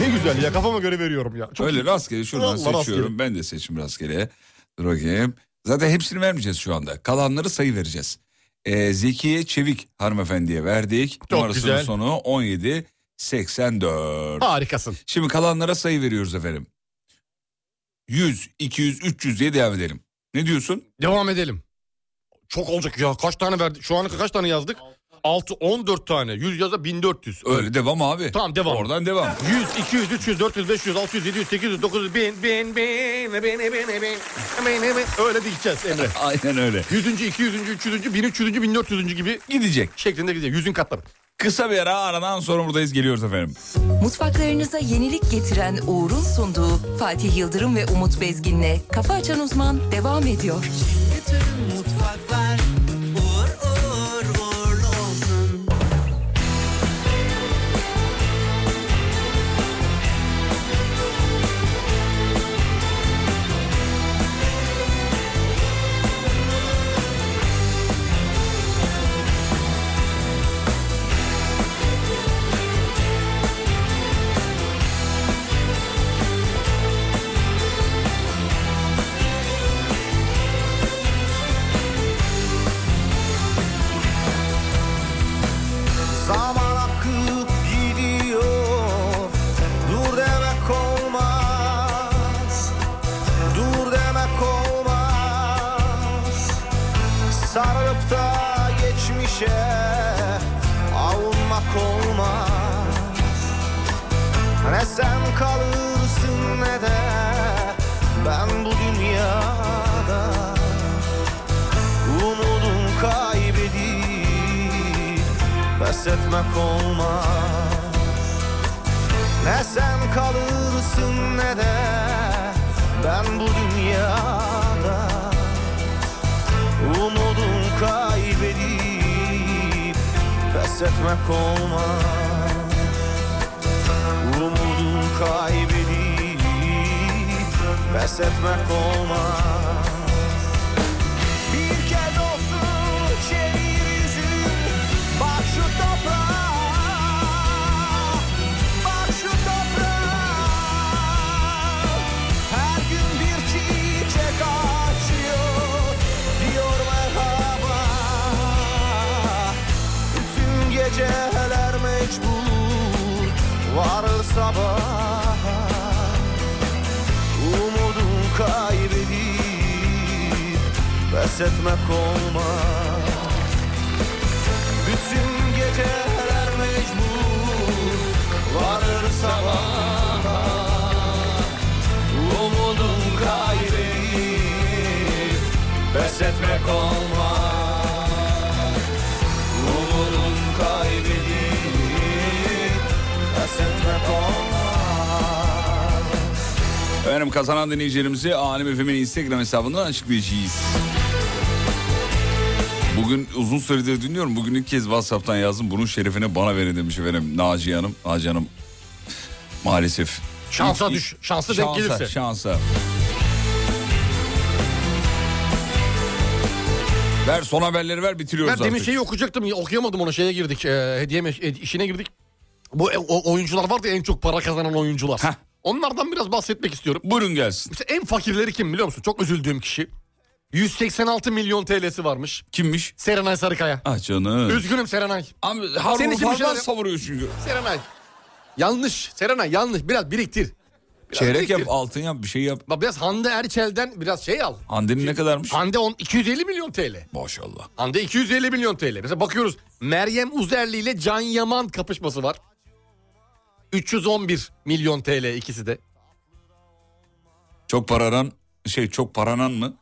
Ne güzel ya kafama göre veriyorum ya. Çok Öyle iyi. rastgele şuradan Allah rastgele. seçiyorum. Ben de seçim rastgele. Dur bakayım. Zaten hepsini vermeyeceğiz şu anda. Kalanları sayı vereceğiz. Ee, Zekiye Çevik hanımefendiye verdik. Çok Numarasının güzel. sonu 17 84. Harikasın. Şimdi kalanlara sayı veriyoruz efendim. 100, 200, 300 diye devam edelim. Ne diyorsun? Devam edelim. Çok olacak ya. Kaç tane verdi? Şu ana kaç tane yazdık? 6, 14 tane. 100 yaza 1400. Öyle devam abi. Tamam, devam. Oradan devam. [laughs] 100, 200, 300, 400, 500, 600, 700, 800, 900, 1000, 1000, 1000, 1000, 1000, 1000, 1000, Öyle de gideceğiz Emre. Aynen öyle. 100. 200. 300. 1300. 1400. gibi Gidecek. şeklinde gidecek. Yüzün katları. Kısa bir ara aradan sonra buradayız geliyoruz efendim. Mutfaklarınıza yenilik getiren Uğur'un sunduğu Fatih Yıldırım ve Umut Bezgin'le Kafa Açan Uzman devam ediyor. Bütün mutfaklar uğur uğur uğurlu olsun. Zaman akıp gidiyor Dur demek olmaz Dur demek olmaz Sarıp da geçmişe Avunmak olmaz Ne sen kalırsın ne de Ben bu dünyada Umudum kaybedip Pes etmek olmaz Ne sen kalırsın ne de Ben bu dünyada Umudum kaybedip Pes etmek olmaz Umudum kaybedip Pes etmek olmaz bir kez olsun çevir yüzünü Bak şu toprağa Bak şu toprağa Her gün bir çiçek açıyor Diyor merhaba Bütün geceler mecbur Varır sabaha Umudum kaybedip Pes etmek olmaz Bütün geceler mecbur Varır sabaha Umudum kaybedip Pes etmek olmaz Umudum kaybedip Pes etmek olmaz Efendim kazanan dinleyicilerimizi Alem FM'in Instagram hesabından açıklayacağız. Bugün uzun süredir dinliyorum. Bugün ilk kez WhatsApp'tan yazdım. Bunun şerefine bana verin demiş efendim Naciye Hanım. Naciye Hanım maalesef. Şansa İlk- düş- şansa denk gelirse. Şansa. Ver son haberleri ver bitiriyoruz Ben artık. demin şeyi okuyacaktım. ya, Okuyamadım ona şeye girdik. E, hediye meş- e, işine girdik. Bu e, o, oyuncular vardı ya, en çok para kazanan oyuncular. Heh. Onlardan biraz bahsetmek istiyorum. Buyurun gelsin. İşte en fakirleri kim biliyor musun? Çok üzüldüğüm kişi. 186 milyon TL'si varmış. Kimmiş? Serenay Sarıkaya. Ah canım. Üzgünüm Serenay. Abi Senin Harun için bir şeyler Farman yap- savuruyor çünkü. Serenay. Yanlış. Serenay yanlış. Biraz biriktir. Biraz Çeyrek biriktir. yap altın yap bir şey yap. Bak biraz Hande Erçel'den biraz şey al. Hande'nin ne kadarmış? Hande on, 250 milyon TL. Maşallah. Hande 250 milyon TL. Mesela bakıyoruz Meryem Uzerli ile Can Yaman kapışması var. 311 milyon TL ikisi de. Çok pararan şey çok paranan mı?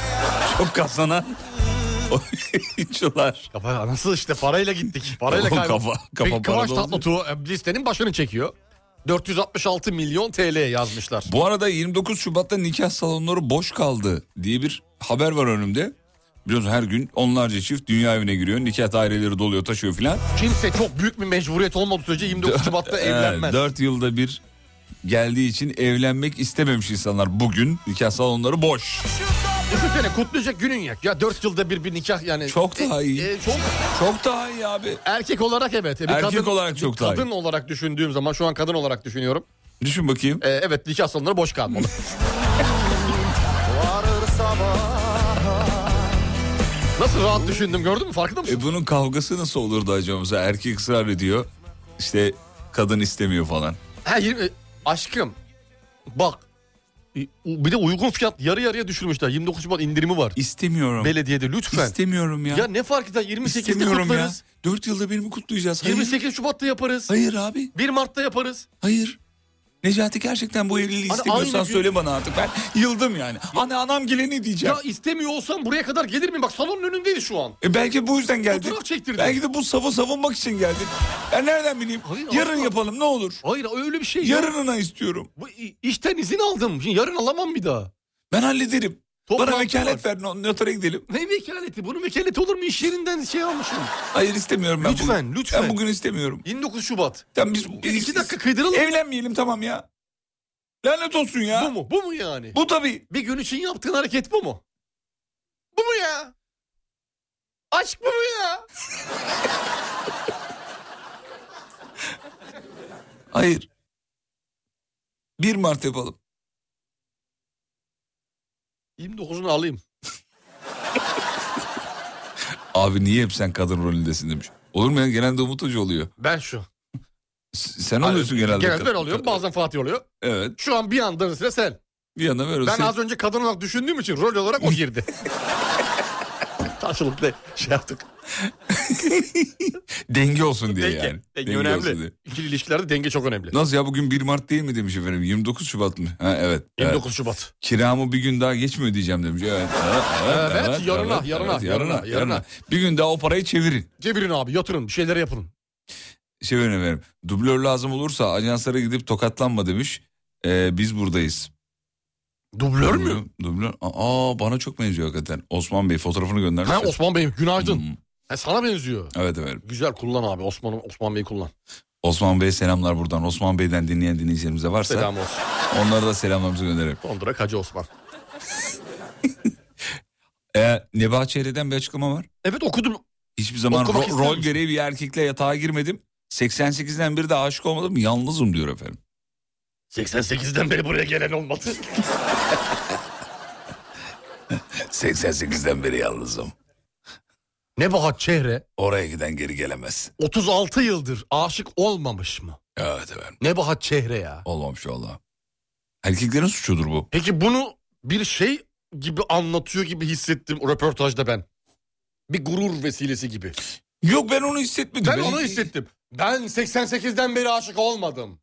[laughs] çok kazanan [laughs] oyuncular. Kafa nasıl işte parayla gittik. Parayla Oğlum, kaybettik. kafa- kafa Bir Kıvanç parada oldu. Tatlıtuğ e, listenin başını çekiyor. 466 milyon TL yazmışlar. Bu arada 29 Şubat'ta nikah salonları boş kaldı diye bir haber var önümde. Biliyorsun her gün onlarca çift dünya evine giriyor. Nikah daireleri doluyor taşıyor filan. Kimse çok büyük bir mecburiyet olmadığı sürece 29 Şubat'ta evlenmez. 4 Ee, yılda bir geldiği için evlenmek istememiş insanlar. Bugün nikah salonları boş. Düşünsene kutlayacak günün yok. Ya 4 yılda bir bir nikah yani. Çok daha iyi. E, e, çok Çok daha iyi abi. erkek olarak evet. E, bir Erkek olarak bir çok daha iyi. Kadın olarak düşündüğüm zaman şu an kadın olarak düşünüyorum. Düşün bakayım. E, evet nikah salonları boş kalmalı. [laughs] Varır sabah Nasıl rahat düşündüm gördün mü farkında mısın? E bunun kavgası nasıl olurdu acaba? Mesela erkek ısrar ediyor. İşte kadın istemiyor falan. Ha, yirmi- aşkım bak E, Bir de uygun fiyat yarı yarıya düşürmüşler. 29 Şubat indirimi var. İstemiyorum. Belediyede lütfen. İstemiyorum ya. ya ne fark eder 28'de İstemiyorum ya. kutlarız. 4 yılda bir mi kutlayacağız? Hayır. 28 Şubat'ta yaparız. Hayır abi. 1 Mart'ta yaparız. Hayır. Necati gerçekten bu evliliği Hani istemiyorsan aynı gün- söyle bana artık. Ben yıldım yani. Anne anam gile ne diyeceğim? Ya istemiyor olsam buraya kadar gelir miyim? Bak salonun önündeyiz şu an. E belki bu yüzden geldik. Fotoğraf çektirdim. Belki de bu safı savunmak için geldik. Ben nereden bileyim? Hayır, Yarın asla. yapalım ne olur. Hayır öyle bir şey yok. Yarınına istiyorum. Bu i- işten izin aldım. Şimdi yarın alamam bir daha. Ben hallederim. Toplantı Bana vekalet var. ver no- notere gidelim. Ne vekaleti? Bunun vekaleti olur mu? İş yerinden şey almışım. Hayır istemiyorum ben Lütfen, bugün. lütfen. Ben bugün istemiyorum. 29 Şubat. Tamam biz, Bir iki dakika kıydıralım. Evlenmeyelim tamam ya. Lanet olsun ya. Bu mu? Bu mu yani? Bu tabii. Bir gün için yaptığın hareket bu mu? Bu mu ya? Aşk bu mu ya? Hayır. 1 Mart yapalım. 29'unu alayım. Abi niye hep sen kadın rolündesin demiş. Olur mu ya? Genelde Umut Hoca oluyor. Ben şu. S- Sen oluyorsun genelde. Genelde ben oluyorum. Bazen Fatih oluyor. Evet. Şu an bir anda sıra sen. Bir yana böyle. Ben sen- az önce kadın olarak düşündüğüm için rol olarak o girdi. [laughs] Karşılıklı şey yaptık. Denge olsun diye Denge. yani. Denge, olsun diye. önemli. İkili ilişkilerde denge çok önemli. Nasıl ya bugün 1 Mart değil mi demiş efendim. 29 Şubat mı? Ha evet. evet. 29 Şubat. Kiramı bir gün daha geç mi ödeyeceğim demiş. Evet. Evet. Evet, yarına, yarına, yarına, yarına. yarına. Bir gün daha o parayı çevirin. Cebirin abi yatırın bir şeyler yapın. Çevirin efendim. Dublör lazım olursa ajanslara gidip tokatlanma demiş. Ee, biz buradayız. Dublör mü? Dublör- Dublör. Aa bana çok benziyor hakikaten. Osman Bey fotoğrafını göndermiş. Ha Osman Bey günaydın. Hmm, Ha, sana benziyor. Evet efendim. Güzel kullan abi Osman Osman Bey kullan. Osman Bey selamlar buradan. Osman Bey'den dinleyen dinleyicilerimiz de varsa Selam olsun. onlara da selamlarımızı gönderelim. Dondura Hacı Osman. Ee, Nebahçeli'den bir açıklama var. Evet okudum. Hiçbir zaman Okumak ro- ister rol misin? gereği bir erkekle yatağa girmedim. 88'den beri de aşık olmadım. Yalnızım diyor efendim. 88'den beri buraya gelen olmadı. 88'den beri yalnızım. Nebahat Çehre Oraya giden geri gelemez. 36 yıldır aşık olmamış mı? Evet efendim. Nebahat Çehre ya. Olmamış valla. Erkeklerin suçudur bu. Peki bunu bir şey gibi anlatıyor gibi hissettim röportajda ben. Bir gurur vesilesi gibi. Yok ben onu hissetmedim. Ben onu hissettim. Ben 88'den beri aşık olmadım.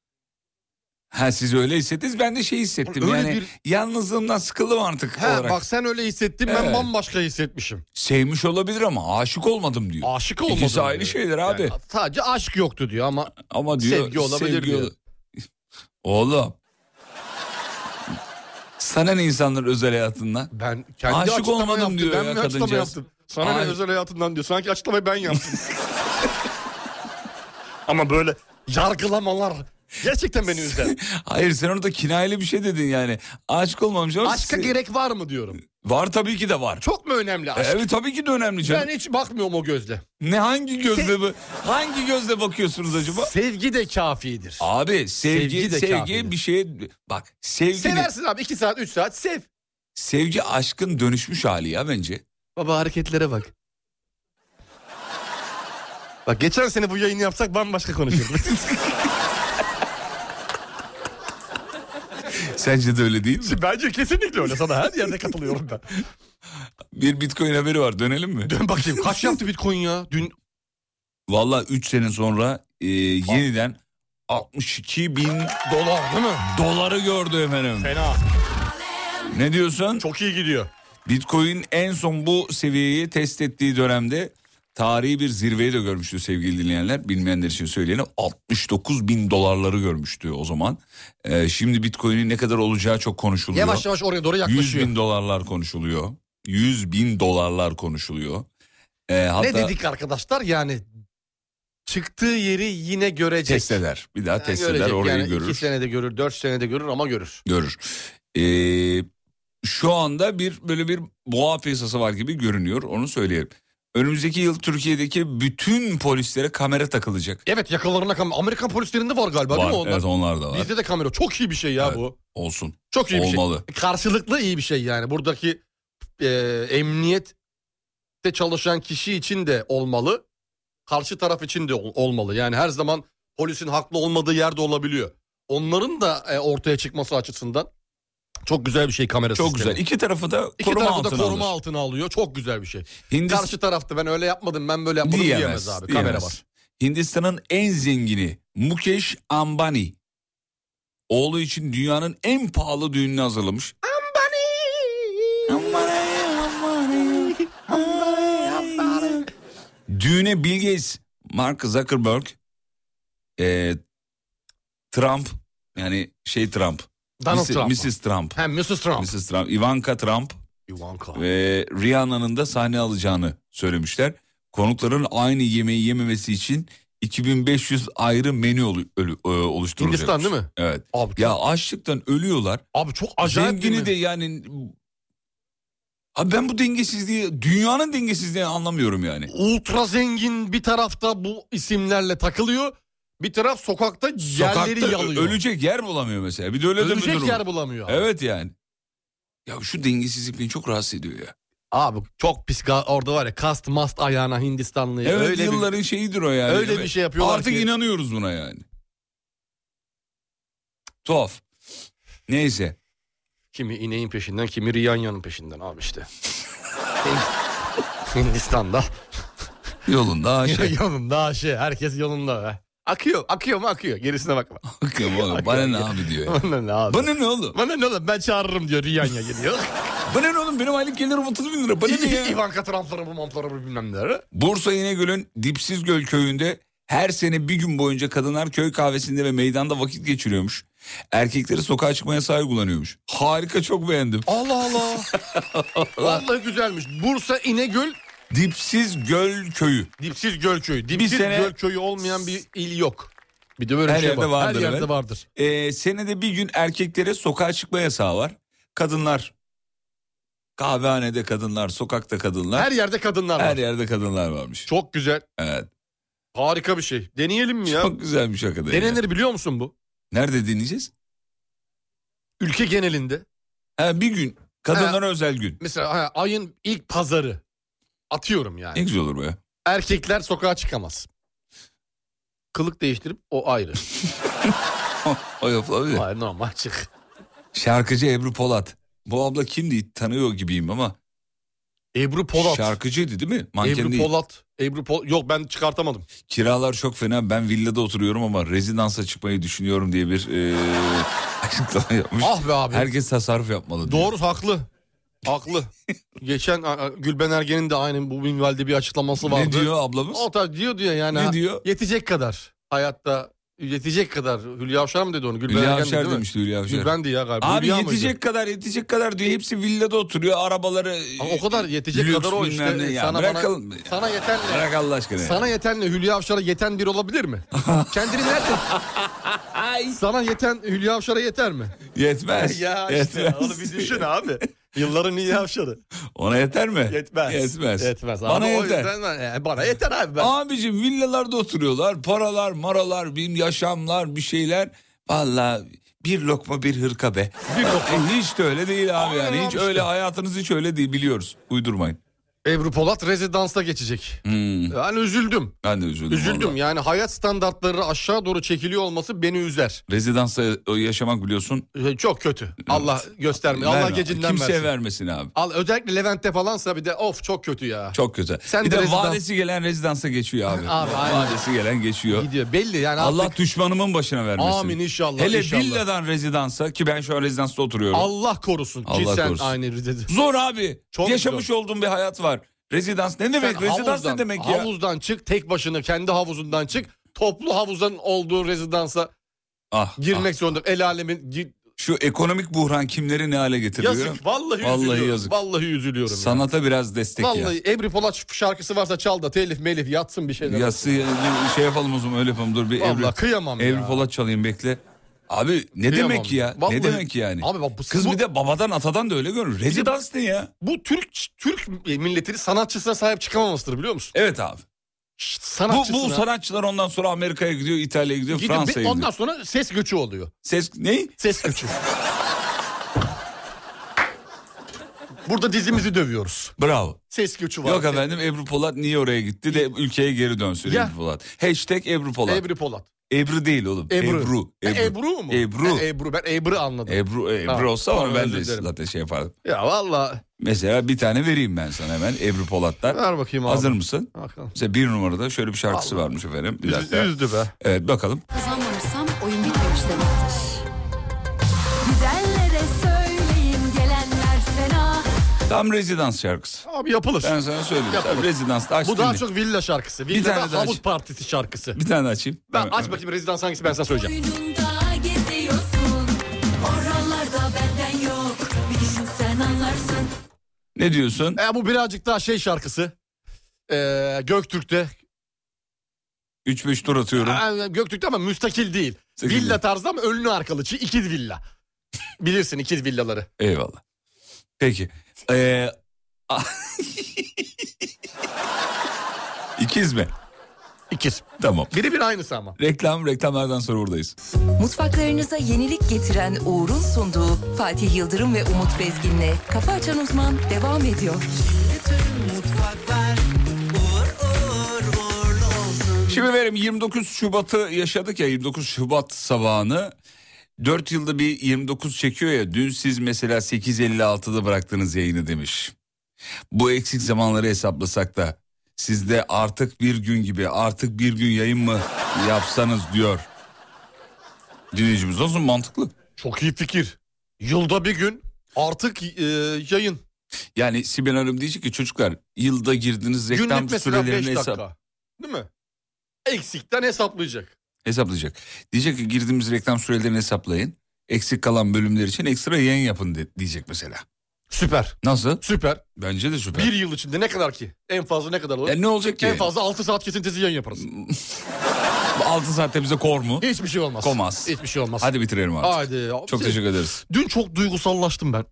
Ha siz öyle hissettiniz ben de şey hissettim Öyle yani bir- yalnızlığımdan sıkıldım artık He, olarak. bak sen öyle hissettin ben Evet. bambaşka hissetmişim. Sevmiş olabilir ama aşık olmadım diyor. Aşık olmadım. İkisi diyor. ayrı şeyler abi. Yani sadece aşk yoktu diyor ama ama diyor sevgi olabilir diyor. ol- [laughs] Oğlum. Sana ne insanlar özel hayatından? ben kendi Aşık açıklama olmadım yaptım. diyor ben ya bir açıklama kadıncağız. yaptım. Sana ne Ay. özel hayatından diyor. Sanki açıklamayı ben yaptım. [laughs] ama böyle yargılamalar gerçekten beni [laughs] üzer. Hayır sen orada kinayeli bir şey dedin yani. Aşık olmamış ama... Aşka se- gerek var mı diyorum. Var tabii ki de var. Çok mu önemli aşk? E, Evet tabii ki de önemli canım. Ben hiç bakmıyorum o gözle. Ne hangi gözle bu- hangi gözle bakıyorsunuz acaba? Sevgi de kafidir. Abi sevgi sevgi, Sevgi de kafidir. bir şeye bak sevgi Seversin abi 2 saat 3 saat sev. Sevgi aşkın dönüşmüş hali ya bence. Baba hareketlere bak. Bak geçen sene bu yayını yapsak bambaşka konuşurduk. [laughs] Sence de öyle değil mi? Bence kesinlikle öyle sana her yerde katılıyorum ben. Bir bitcoin haberi var dönelim mi? Dön bakayım kaç yaptı bitcoin ya? Dün Valla 3 sene sonra e, yeniden 62 bin dolar değil mi? doları gördü efendim. Fena. Ne diyorsun? Çok iyi gidiyor. Bitcoin en son bu seviyeyi test ettiği dönemde tarihi bir zirveyi de görmüştü sevgili dinleyenler. Bilmeyenler için söyleyelim 69 bin dolarları görmüştü o zaman. E, şimdi bitcoin'in ne kadar olacağı çok konuşuluyor. Yavaş yavaş oraya doğru 100 yaklaşıyor. bin dolarlar konuşuluyor. 100 bin dolarlar konuşuluyor. E, hatta Ne dedik arkadaşlar yani çıktığı yeri yine görecek. Test eder. Bir daha Yani test görecek. eder orayı yani görür. 2 senede görür 4 senede görür ama görür. Görür. Ee, şu anda bir böyle bir boğa piyasası var gibi görünüyor onu söyleyelim. Önümüzdeki yıl Türkiye'deki bütün polislere kamera takılacak. Evet yakalarına kamera. Amerikan polislerinde var galiba var, değil mi onlar? Evet onlar da var. Bizde de kamera. Çok iyi bir şey ya Evet. bu. Olsun. Çok iyi Olmalı. bir şey. Karşılıklı iyi bir şey yani. Buradaki e, emniyette çalışan kişi için de olmalı. Karşı taraf için de ol- olmalı. Yani her zaman polisin haklı olmadığı yerde olabiliyor. Onların da e, ortaya çıkması açısından Çok güzel bir şey kamera Çok sistemi. güzel. İki tarafı da İki koruma tarafı da altına koruma alır. altına alıyor. Çok güzel bir şey. Hindistan- Karşı tarafta ben öyle yapmadım ben böyle yapmadım diyemez, abi. Kamera diyemez. var. Hindistan'ın en zengini Mukesh Ambani. Oğlu için dünyanın en pahalı düğününü hazırlamış. Ambani. Ambani, Ambani, Ambani. Düğüne Bill Gates, Mark Zuckerberg, eee, Trump yani şey Trump, Donald Mrs. Trump. Mrs. Trump, Hem Mrs. Trump. Mrs. Trump, Ivanka Trump Ivanka. ve Rihanna'nın da sahne alacağını söylemişler. Konukların aynı yemeği yememesi için 2500 ayrı menü olu- ölü- e, oluşturulacak. Hindistan değil mi? Evet. Abi çok, Ya açlıktan ölüyorlar. abi çok acayip bir Zengini de de... yani... Abi ben bu dengesizliği, dünyanın dengesizliğini anlamıyorum yani. Ultra zengin bir tarafta bu isimlerle takılıyor. Bir taraf sokakta yerleri Sokakta ö- yalıyor. ölecek yer bulamıyor mesela. Bir de öyle de bir Ölecek durum. yer bulamıyor. abi. Evet yani. Ya şu dengesizlik beni çok rahatsız ediyor ya. Abi çok pis ga- orada var ya kast mast ayağına Hindistanlı. Evet öyle bir yılların şeyidir o yani. öyle bir şey yapıyorlar Artık ki- inanıyoruz buna yani. Tuhaf. Neyse. Kimi ineğin peşinden, kimi Rihanna'nın peşinden abi işte. [laughs] Hindistan'da. [laughs] Yolunda şey. yolunda şey, herkes yolunda be. Akıyor, akıyor mu akıyor. Gerisine bakma. [laughs] Bakıyorum oğlum bana ne abi diyor ya. Bana ne abi? Bana ne oğlum? Bana ne oğlum ben çağırırım diyor Rihanna geliyor. Bana ne oğlum benim aylık gelirim 30 bin lira. Bana ne [laughs] ya? Ivanka Trump'ları bu mantları bu bilmem neleri. Bursa İnegöl'ün Dipsiz Göl köyünde her sene bir gün boyunca kadınlar köy kahvesinde ve meydanda vakit geçiriyormuş. Erkekleri sokağa çıkma yasağı uygulanıyormuş. Harika çok beğendim. Allah [laughs] Allah. Vallahi güzelmiş. Bursa İnegöl Dipsiz Göl köyü. dipsiz göl köyü. Dipsiz Bir sene- göl köyü olmayan bir il yok. Bir de böyle Her bir şey yerde var. vardır, Her yerde evet. vardır. Ee, senede bir gün erkeklere sokağa çıkma yasağı var. Kadınlar kahvehanede kadınlar, sokakta kadınlar, her, Her yerde kadınlar var. yerde kadınlar varmış. Çok güzel. Evet. Harika bir şey. Deneyelim mi ya? Çok güzel bir şaka değil. Denenir biliyor musun bu? Nerede deneyeceğiz? Ülke genelinde. Ha, bir gün. Kadınlara özel gün. Mesela ha, ayın ilk pazarı. Atıyorum yani. Ne güzel olur be. Erkekler sokağa çıkamaz. Kılık değiştirip o [laughs] ayrı. o yapılabilir. Hayır normal çık. Şarkıcı Ebru Polat. Bu abla kimdi? Tanıyor gibiyim ama. Ebru Polat. Şarkıcıydı değil mi? Manken Ebru değil. Polat. Ebru Polat. Yok ben çıkartamadım. Kiralar çok fena. Ben villada oturuyorum ama rezidansa çıkmayı düşünüyorum diye bir eee [laughs] açıklama yapmış. Ah be abi. Herkes tasarruf yapmalı. diyor. Doğru haklı. [laughs] Haklı. Geçen a- a, Gülben Ergen'in de aynı bu minvalde bir açıklaması vardı. Ne diyor ablamız? O tarz diyor diyor yani. Ne ha, diyor? Yetecek kadar. Hayatta yetecek kadar. Hülya Avşar mı dedi onu? Gülben Hülya Ergen Avşar dedi, değil mi? demişti Hülya Avşar. Gülben'di ya galiba. Abi Hülya mıydı? yetecek kadar yetecek kadar diyor. Hepsi villada oturuyor. Arabaları Ama o kadar yetecek lüks kadar o işte. bilmem ne. Ya sana, bırak bana- al- sana yetenle. Bırak Allah aşkına. ya. Sana yetenle Hülya Avşar'a yeten bir [laughs] olabilir mi? Kendini nerede? sana yeten Hülya Avşar'a yeter mi? Yetmez. yetmez. [laughs] abi. Yılların Hülya Avşar'ı. [laughs] Ona yeter mi? Yetmez. Yetmez. Yetmez abi. Bana O yeter. yüzden ben- e, bana yeter abi ben. Abicim villalarda oturuyorlar. Paralar, maralar, bir yaşamlar, bir şeyler. Valla bir lokma bir hırka be. Bir lokma. hiç de öyle değil abi yani. Hiç öyle hayatınız hiç öyle değil biliyoruz. Uydurmayın. Ebru Polat rezidansta geçecek. Hmm, Yani üzüldüm. ben de üzüldüm. Üzüldüm valla. yani hayat standartları aşağı doğru çekiliyor olması beni üzer. Rezidansta yaşamak biliyorsun. E, Çok kötü. Allah göstermiyor. Allah verme. gecinden Kimseye versin. vermesin abi. Al, özellikle Levent'te falansa bir de of çok kötü ya. Çok kötü. Sen bir de de, rezidans- vadesi gelen rezidansa geçiyor abi. Abi, aynen. vadesi gelen geçiyor. Gidiyor belli yani Allah artık düşmanımın başına vermesin. Amin inşallah, Hele inşallah. villadan rezidansa ki ben şu an rezidansta oturuyorum. Allah korusun ki Allah sen korusun. aynı rezidans. Zor abi. Çok Yaşamış olduğum bir hayat var. Rezidans ne demek? rezidans ne demek ya? Havuzdan çık tek başına kendi havuzundan çık. Toplu havuzun olduğu rezidansa Ah, girmek ah. zorunda. El alemin gir- Şu ekonomik buhran kimleri ne hale getiriyor? yazık vallahi, Vallahi üzülüyorum. yazık. Vallahi üzülüyorum. ya. Sanata biraz destek Vallahi Ebru Polat şarkısı varsa çal da telif melif yatsın bir ya. şeyler. Yası şey yapalım o zaman öyle yapalım dur bir Vallahi Evri, kıyamam Evri ya. Polat çalayım bekle. Abi ne Kıyamam demek ya? Vallahi- Ne demek yani? Abi bak bu- Kız bu- bir de babadan atadan da öyle görür. Rezidans ne ya? Bu Türk Türk milletinin sanatçısına sahip çıkamamasıdır biliyor musun? Evet abi. Şşt, Bu, Sanatçısına. bu sanatçılar ondan sonra Amerika'ya gidiyor, İtalya'ya gidiyor, Gidip bir- Fransa'ya gidiyor. ondan sonra ses göçü oluyor. Ses ne? Ses göçü. Burada dizimizi dövüyoruz. Bravo. Ses göçü var. Yok efendim Ebru Polat niye oraya gitti de ülkeye geri dönsün Ya. Ebru Polat. Hashtag Ebru Polat. Ebru Polat. Ebru değil oğlum. Ebru. Ebru. Ha, Ebru. mu? Ebru. Ha, Ebru. Ben Ebru anladım. Ebru, Ebru Tamam, olsa tamam, onu ben özür de dilerim. zaten şey yapardım. Ya valla Mesela bir tane vereyim ben sana hemen Ebru Polat'tan. ver bakayım abi. Hazır mısın? Bakalım. Mesela bir numarada şöyle bir şarkısı Allah. varmış efendim. Bir Üz, dakika. üzdü be. Evet bakalım. Kazanmamışsam oyun bitmemiş demektir. Gidenlere söyleyin gelenler fena Tam rezidans şarkısı. Abi yapılır. Ben sana söyleyeyim. Yapalım. Tam rezidans da aç Bu daha dinle. çok villa şarkısı. Bir tane Villa'da daha havuz aç. partisi şarkısı. Bir tane açayım. Ben Evet, aç evet. bakayım rezidans hangisi ben sana söyleyeceğim. Oyununda geziyorsun. Oralarda benden yok. Bir düşünsen anlarsın. Ne diyorsun? E, bu birazcık daha şey şarkısı. Ee, Göktürk'te. 3-5 tur atıyorum. Ee, Göktürk'te ama müstakil değil. Müstakil villa değil. tarzı ama önlü arkalı. Çi- ikiz villa. Bilirsin ikiz villaları. Eyvallah. Peki. Ee, a- [laughs] İkiz mi? İkiz. Tamam. Biri bir aynısı ama. Reklam, reklamlardan sonra buradayız. Mutfaklarınıza yenilik getiren Uğur'un sunduğu Fatih Yıldırım ve Umut Bezgin'le Kafa Açan Uzman devam ediyor. Şimdi verim 29 Şubat'ı yaşadık ya 29 Şubat sabahını. 4 yılda bir 29 çekiyor ya dün siz mesela 8.56'da bıraktınız yayını demiş. Bu eksik zamanları hesaplasak da sizde artık bir gün gibi artık bir gün yayın mı yapsanız diyor. Dinleyicimiz olsun mantıklı. Çok iyi fikir. Yılda bir gün artık e, yayın. Yani Sibel Hanım diyecek ki çocuklar yılda girdiğiniz reklam Günlük mesela 5 sürelerini dakika. hesap, Değil mi? Eksikten hesaplayacak. hesaplayacak. Diyecek ki girdiğimiz reklam sürelerini hesaplayın. Eksik kalan bölümler için ekstra yayın yapın de- diyecek mesela. Süper. Nasıl? Süper. Bence de süper. Bir yıl içinde ne kadar ki? En fazla ne kadar olur? Ya ne olacak ki? En fazla 6 saat kesintisiz yayın yaparız. 6 saatte bize kor mu? Hiçbir şey olmaz. Komaz. Hiçbir şey olmaz. Hadi bitirelim artık. Haydi. Çok Şey- teşekkür ederiz. Dün çok duygusallaştım ben.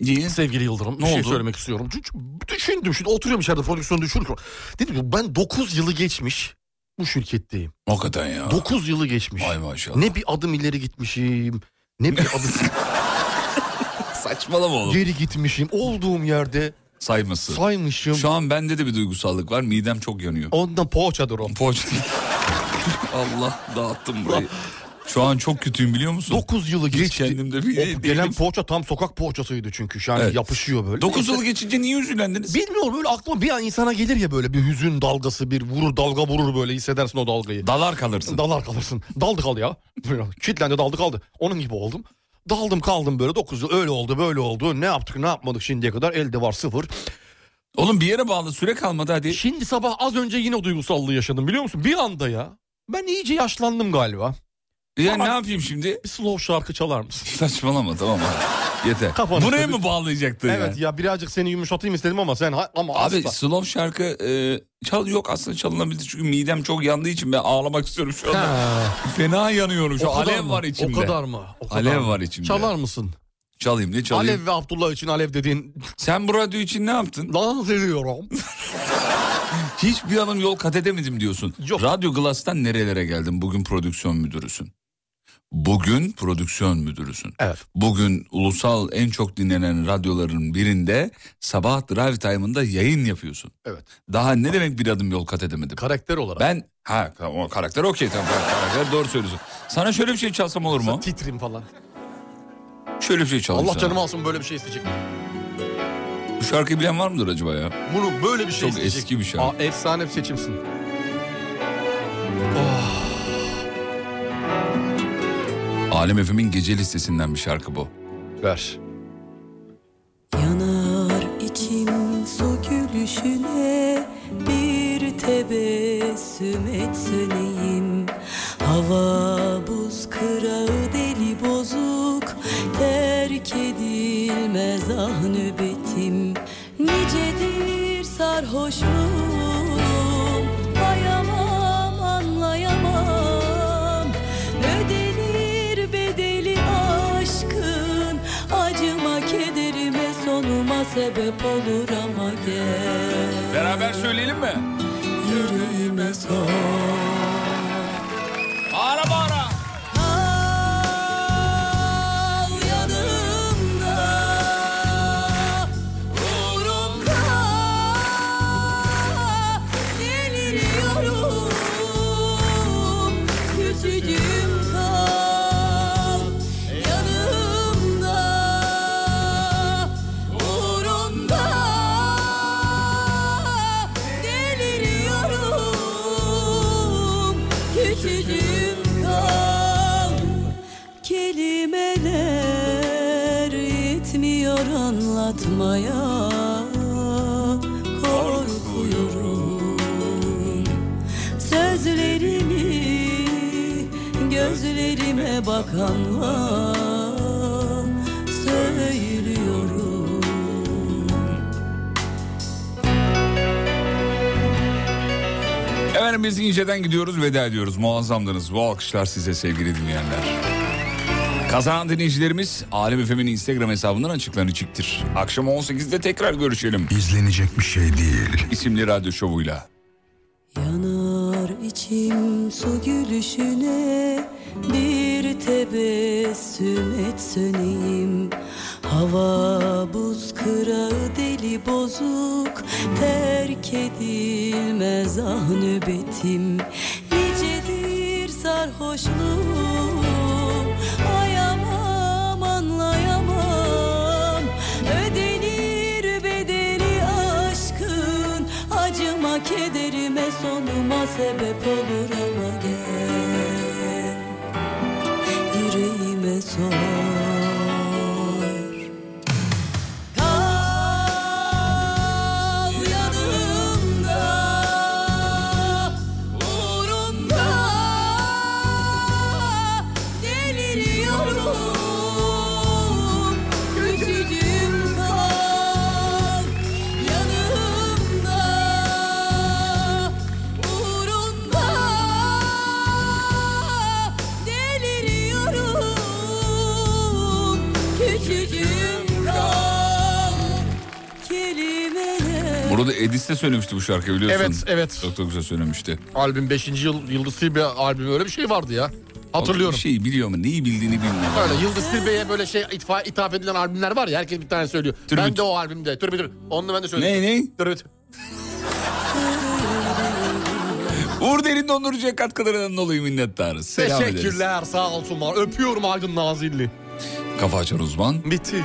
Niye? Sevgili Yıldırım Ne bir şey oldu? söylemek istiyorum. Çünkü düşündüm şimdi oturuyorum içeride prodüksiyonu düşünürken. Dedim ki ben 9 yılı geçmiş bu şirketteyim. Hakikaten ya. 9 yılı geçmiş. Ah. Vay maşallah. Ne bir adım ileri gitmişim. Ne bir adım [laughs] Saçmalama oğlum. geri gitmişim. Olduğum yerde Sayması. saymışım. Şu an bende de bir duygusallık var. Midem çok yanıyor. Ondan poğaçadır o. Poğaça. [laughs] Allah dağıttım burayı. Şu an çok kötüyüm biliyor musun? 9 yılı Hiç geçti. kendimde bir- şey O değilim. gelen poğaça tam sokak poğaçasıydı çünkü. Yani Evet. yapışıyor böyle. 9 İşte- yıl geçince niye üzülendiniz? Bilmiyorum böyle aklıma bir an insana gelir ya böyle bir hüzün dalgası bir vurur dalga vurur böyle hissedersin o dalgayı. Dalar kalırsın. Dalar kalırsın. Daldı kal ya. Böyle Kilitlendi daldı kaldı. Onun gibi oldum. Daldım kaldım böyle 9 yıl öyle oldu böyle oldu. Ne yaptık ne yapmadık şimdiye kadar elde var sıfır. Oğlum bir yere bağlı süre kalmadı hadi. Şimdi sabah az önce yine o duygusallığı yaşadım biliyor musun? Bir anda ya. Ben iyice yaşlandım galiba. Ya ne yapayım şimdi? [laughs] Bir slow şarkı çalar mısın? Saçmalama tamam hadi. Yeter. Kafanı Buraya tabii- mı bağlayacaktın ya? Evet ya birazcık seni yumuşatayım istedim ama sen ha- ama Şey Abi asla. slow şarkı e, çal yok aslında çalınabilir çünkü midem çok yandığı için ben ağlamak istiyorum şu anda. Ha, Fena yanıyorum şu o kadar alev mı? var içimde. O kadar mı? O kadar Alev mı? var içimde. Çalar mısın? Çalayım ne çalayım? Alev ve Abdullah için alev dediğin Sen bu radyo için ne yaptın? dans ediyorum. Hiçbir adım yol kat edemedim diyorsun. Yok. Radyo Glass'tan nerelere geldin? Bugün prodüksiyon müdürüsün. Bugün prodüksiyon müdürüsün. Evet. Bugün ulusal en çok dinlenen radyoların birinde sabah drive time'ında yayın yapıyorsun. Evet. Daha ne demek bir adım yol kat edemedim? Karakter olarak. Ben ha tamam, o karakter okey tamam karakter doğru söylüyorsun. Sana şöyle bir şey çalsam olur mu? Titrim falan. Şöyle bir şey çalayım Allah sana. canımı alsın böyle bir şey isteyecek. Bu şarkıyı bilen var mıdır acaba ya? Bunu böyle bir şey Çok isteyecek. eski bir şarkı. Aa, efsane bir seçimsin. Alem Efem'in gece listesinden bir şarkı bu. Ver. Yanar içim su gülüşüne bir tebessüm etseneyim Hava buz kırağı deli bozuk terk edilmez ah nöbetim Nicedir sarhoşluğum bayamam anlayamam Ödenir bedeli aşkın Acıma kederime sonuma sebep olur ama gel Beraber söyleyelim mi? Yüreğime sor Bağıra bağıra. Al yanımda Uğrumda Deliriyorum Küçücük zor anlatmaya korkuyorum Sözlerimi gözlerime bakanla söylüyorum Efendim biz inceden gidiyoruz veda ediyoruz. Muazzamdınız. Bu alkışlar size sevgili dinleyenler. Kazanan dinleyicilerimiz Alem Efem'in Instagram hesabından açıklanacaktır. Akşam 18'de tekrar görüşelim. İzlenecek bir şey değil. İsimli radyo şovuyla. Yanar içim su gülüşüne bir tebessüm et söneyim Hava buz kırağı deli bozuk terk edilmez ah nöbetim Nicedir sarhoşluğum ayamam anlayamam Ödenir bedeli aşkın Acıma kederime sonuma sebep olur ama gel Yüreğime sor Kal yanımda Uğrunda Deliriyorum Küçücüğüm kal Yanımda Uğrunda Deliriyorum Küçücüğüm kal Kelimeler Burada Edis de söylemişti bu şarkıyı biliyorsun. Evet, evet. Çok da güzel söylemişti. Albüm 5. yıl Yıldız Tilbe albümü öyle bir şey vardı ya. Hatırlıyorum. Bir şeyi biliyor mu? Neyi bildiğini bilmiyor. Öyle Yıldız Tilbe'ye böyle şey itfa, ithaf edilen albümler var ya herkes bir tane söylüyor. Türbüt. Ben de o albümde. Türbüt. türbüt. Onu da ben de söylüyorum. Ne ne? Türbüt. Uğur Derin Dondurucu'ya katkılarından dolayı minnettarız. Selam ederiz. Teşekkürler sağ olsunlar. Öpüyorum Aydın Nazilli. Kafa açan uzman. Bitti.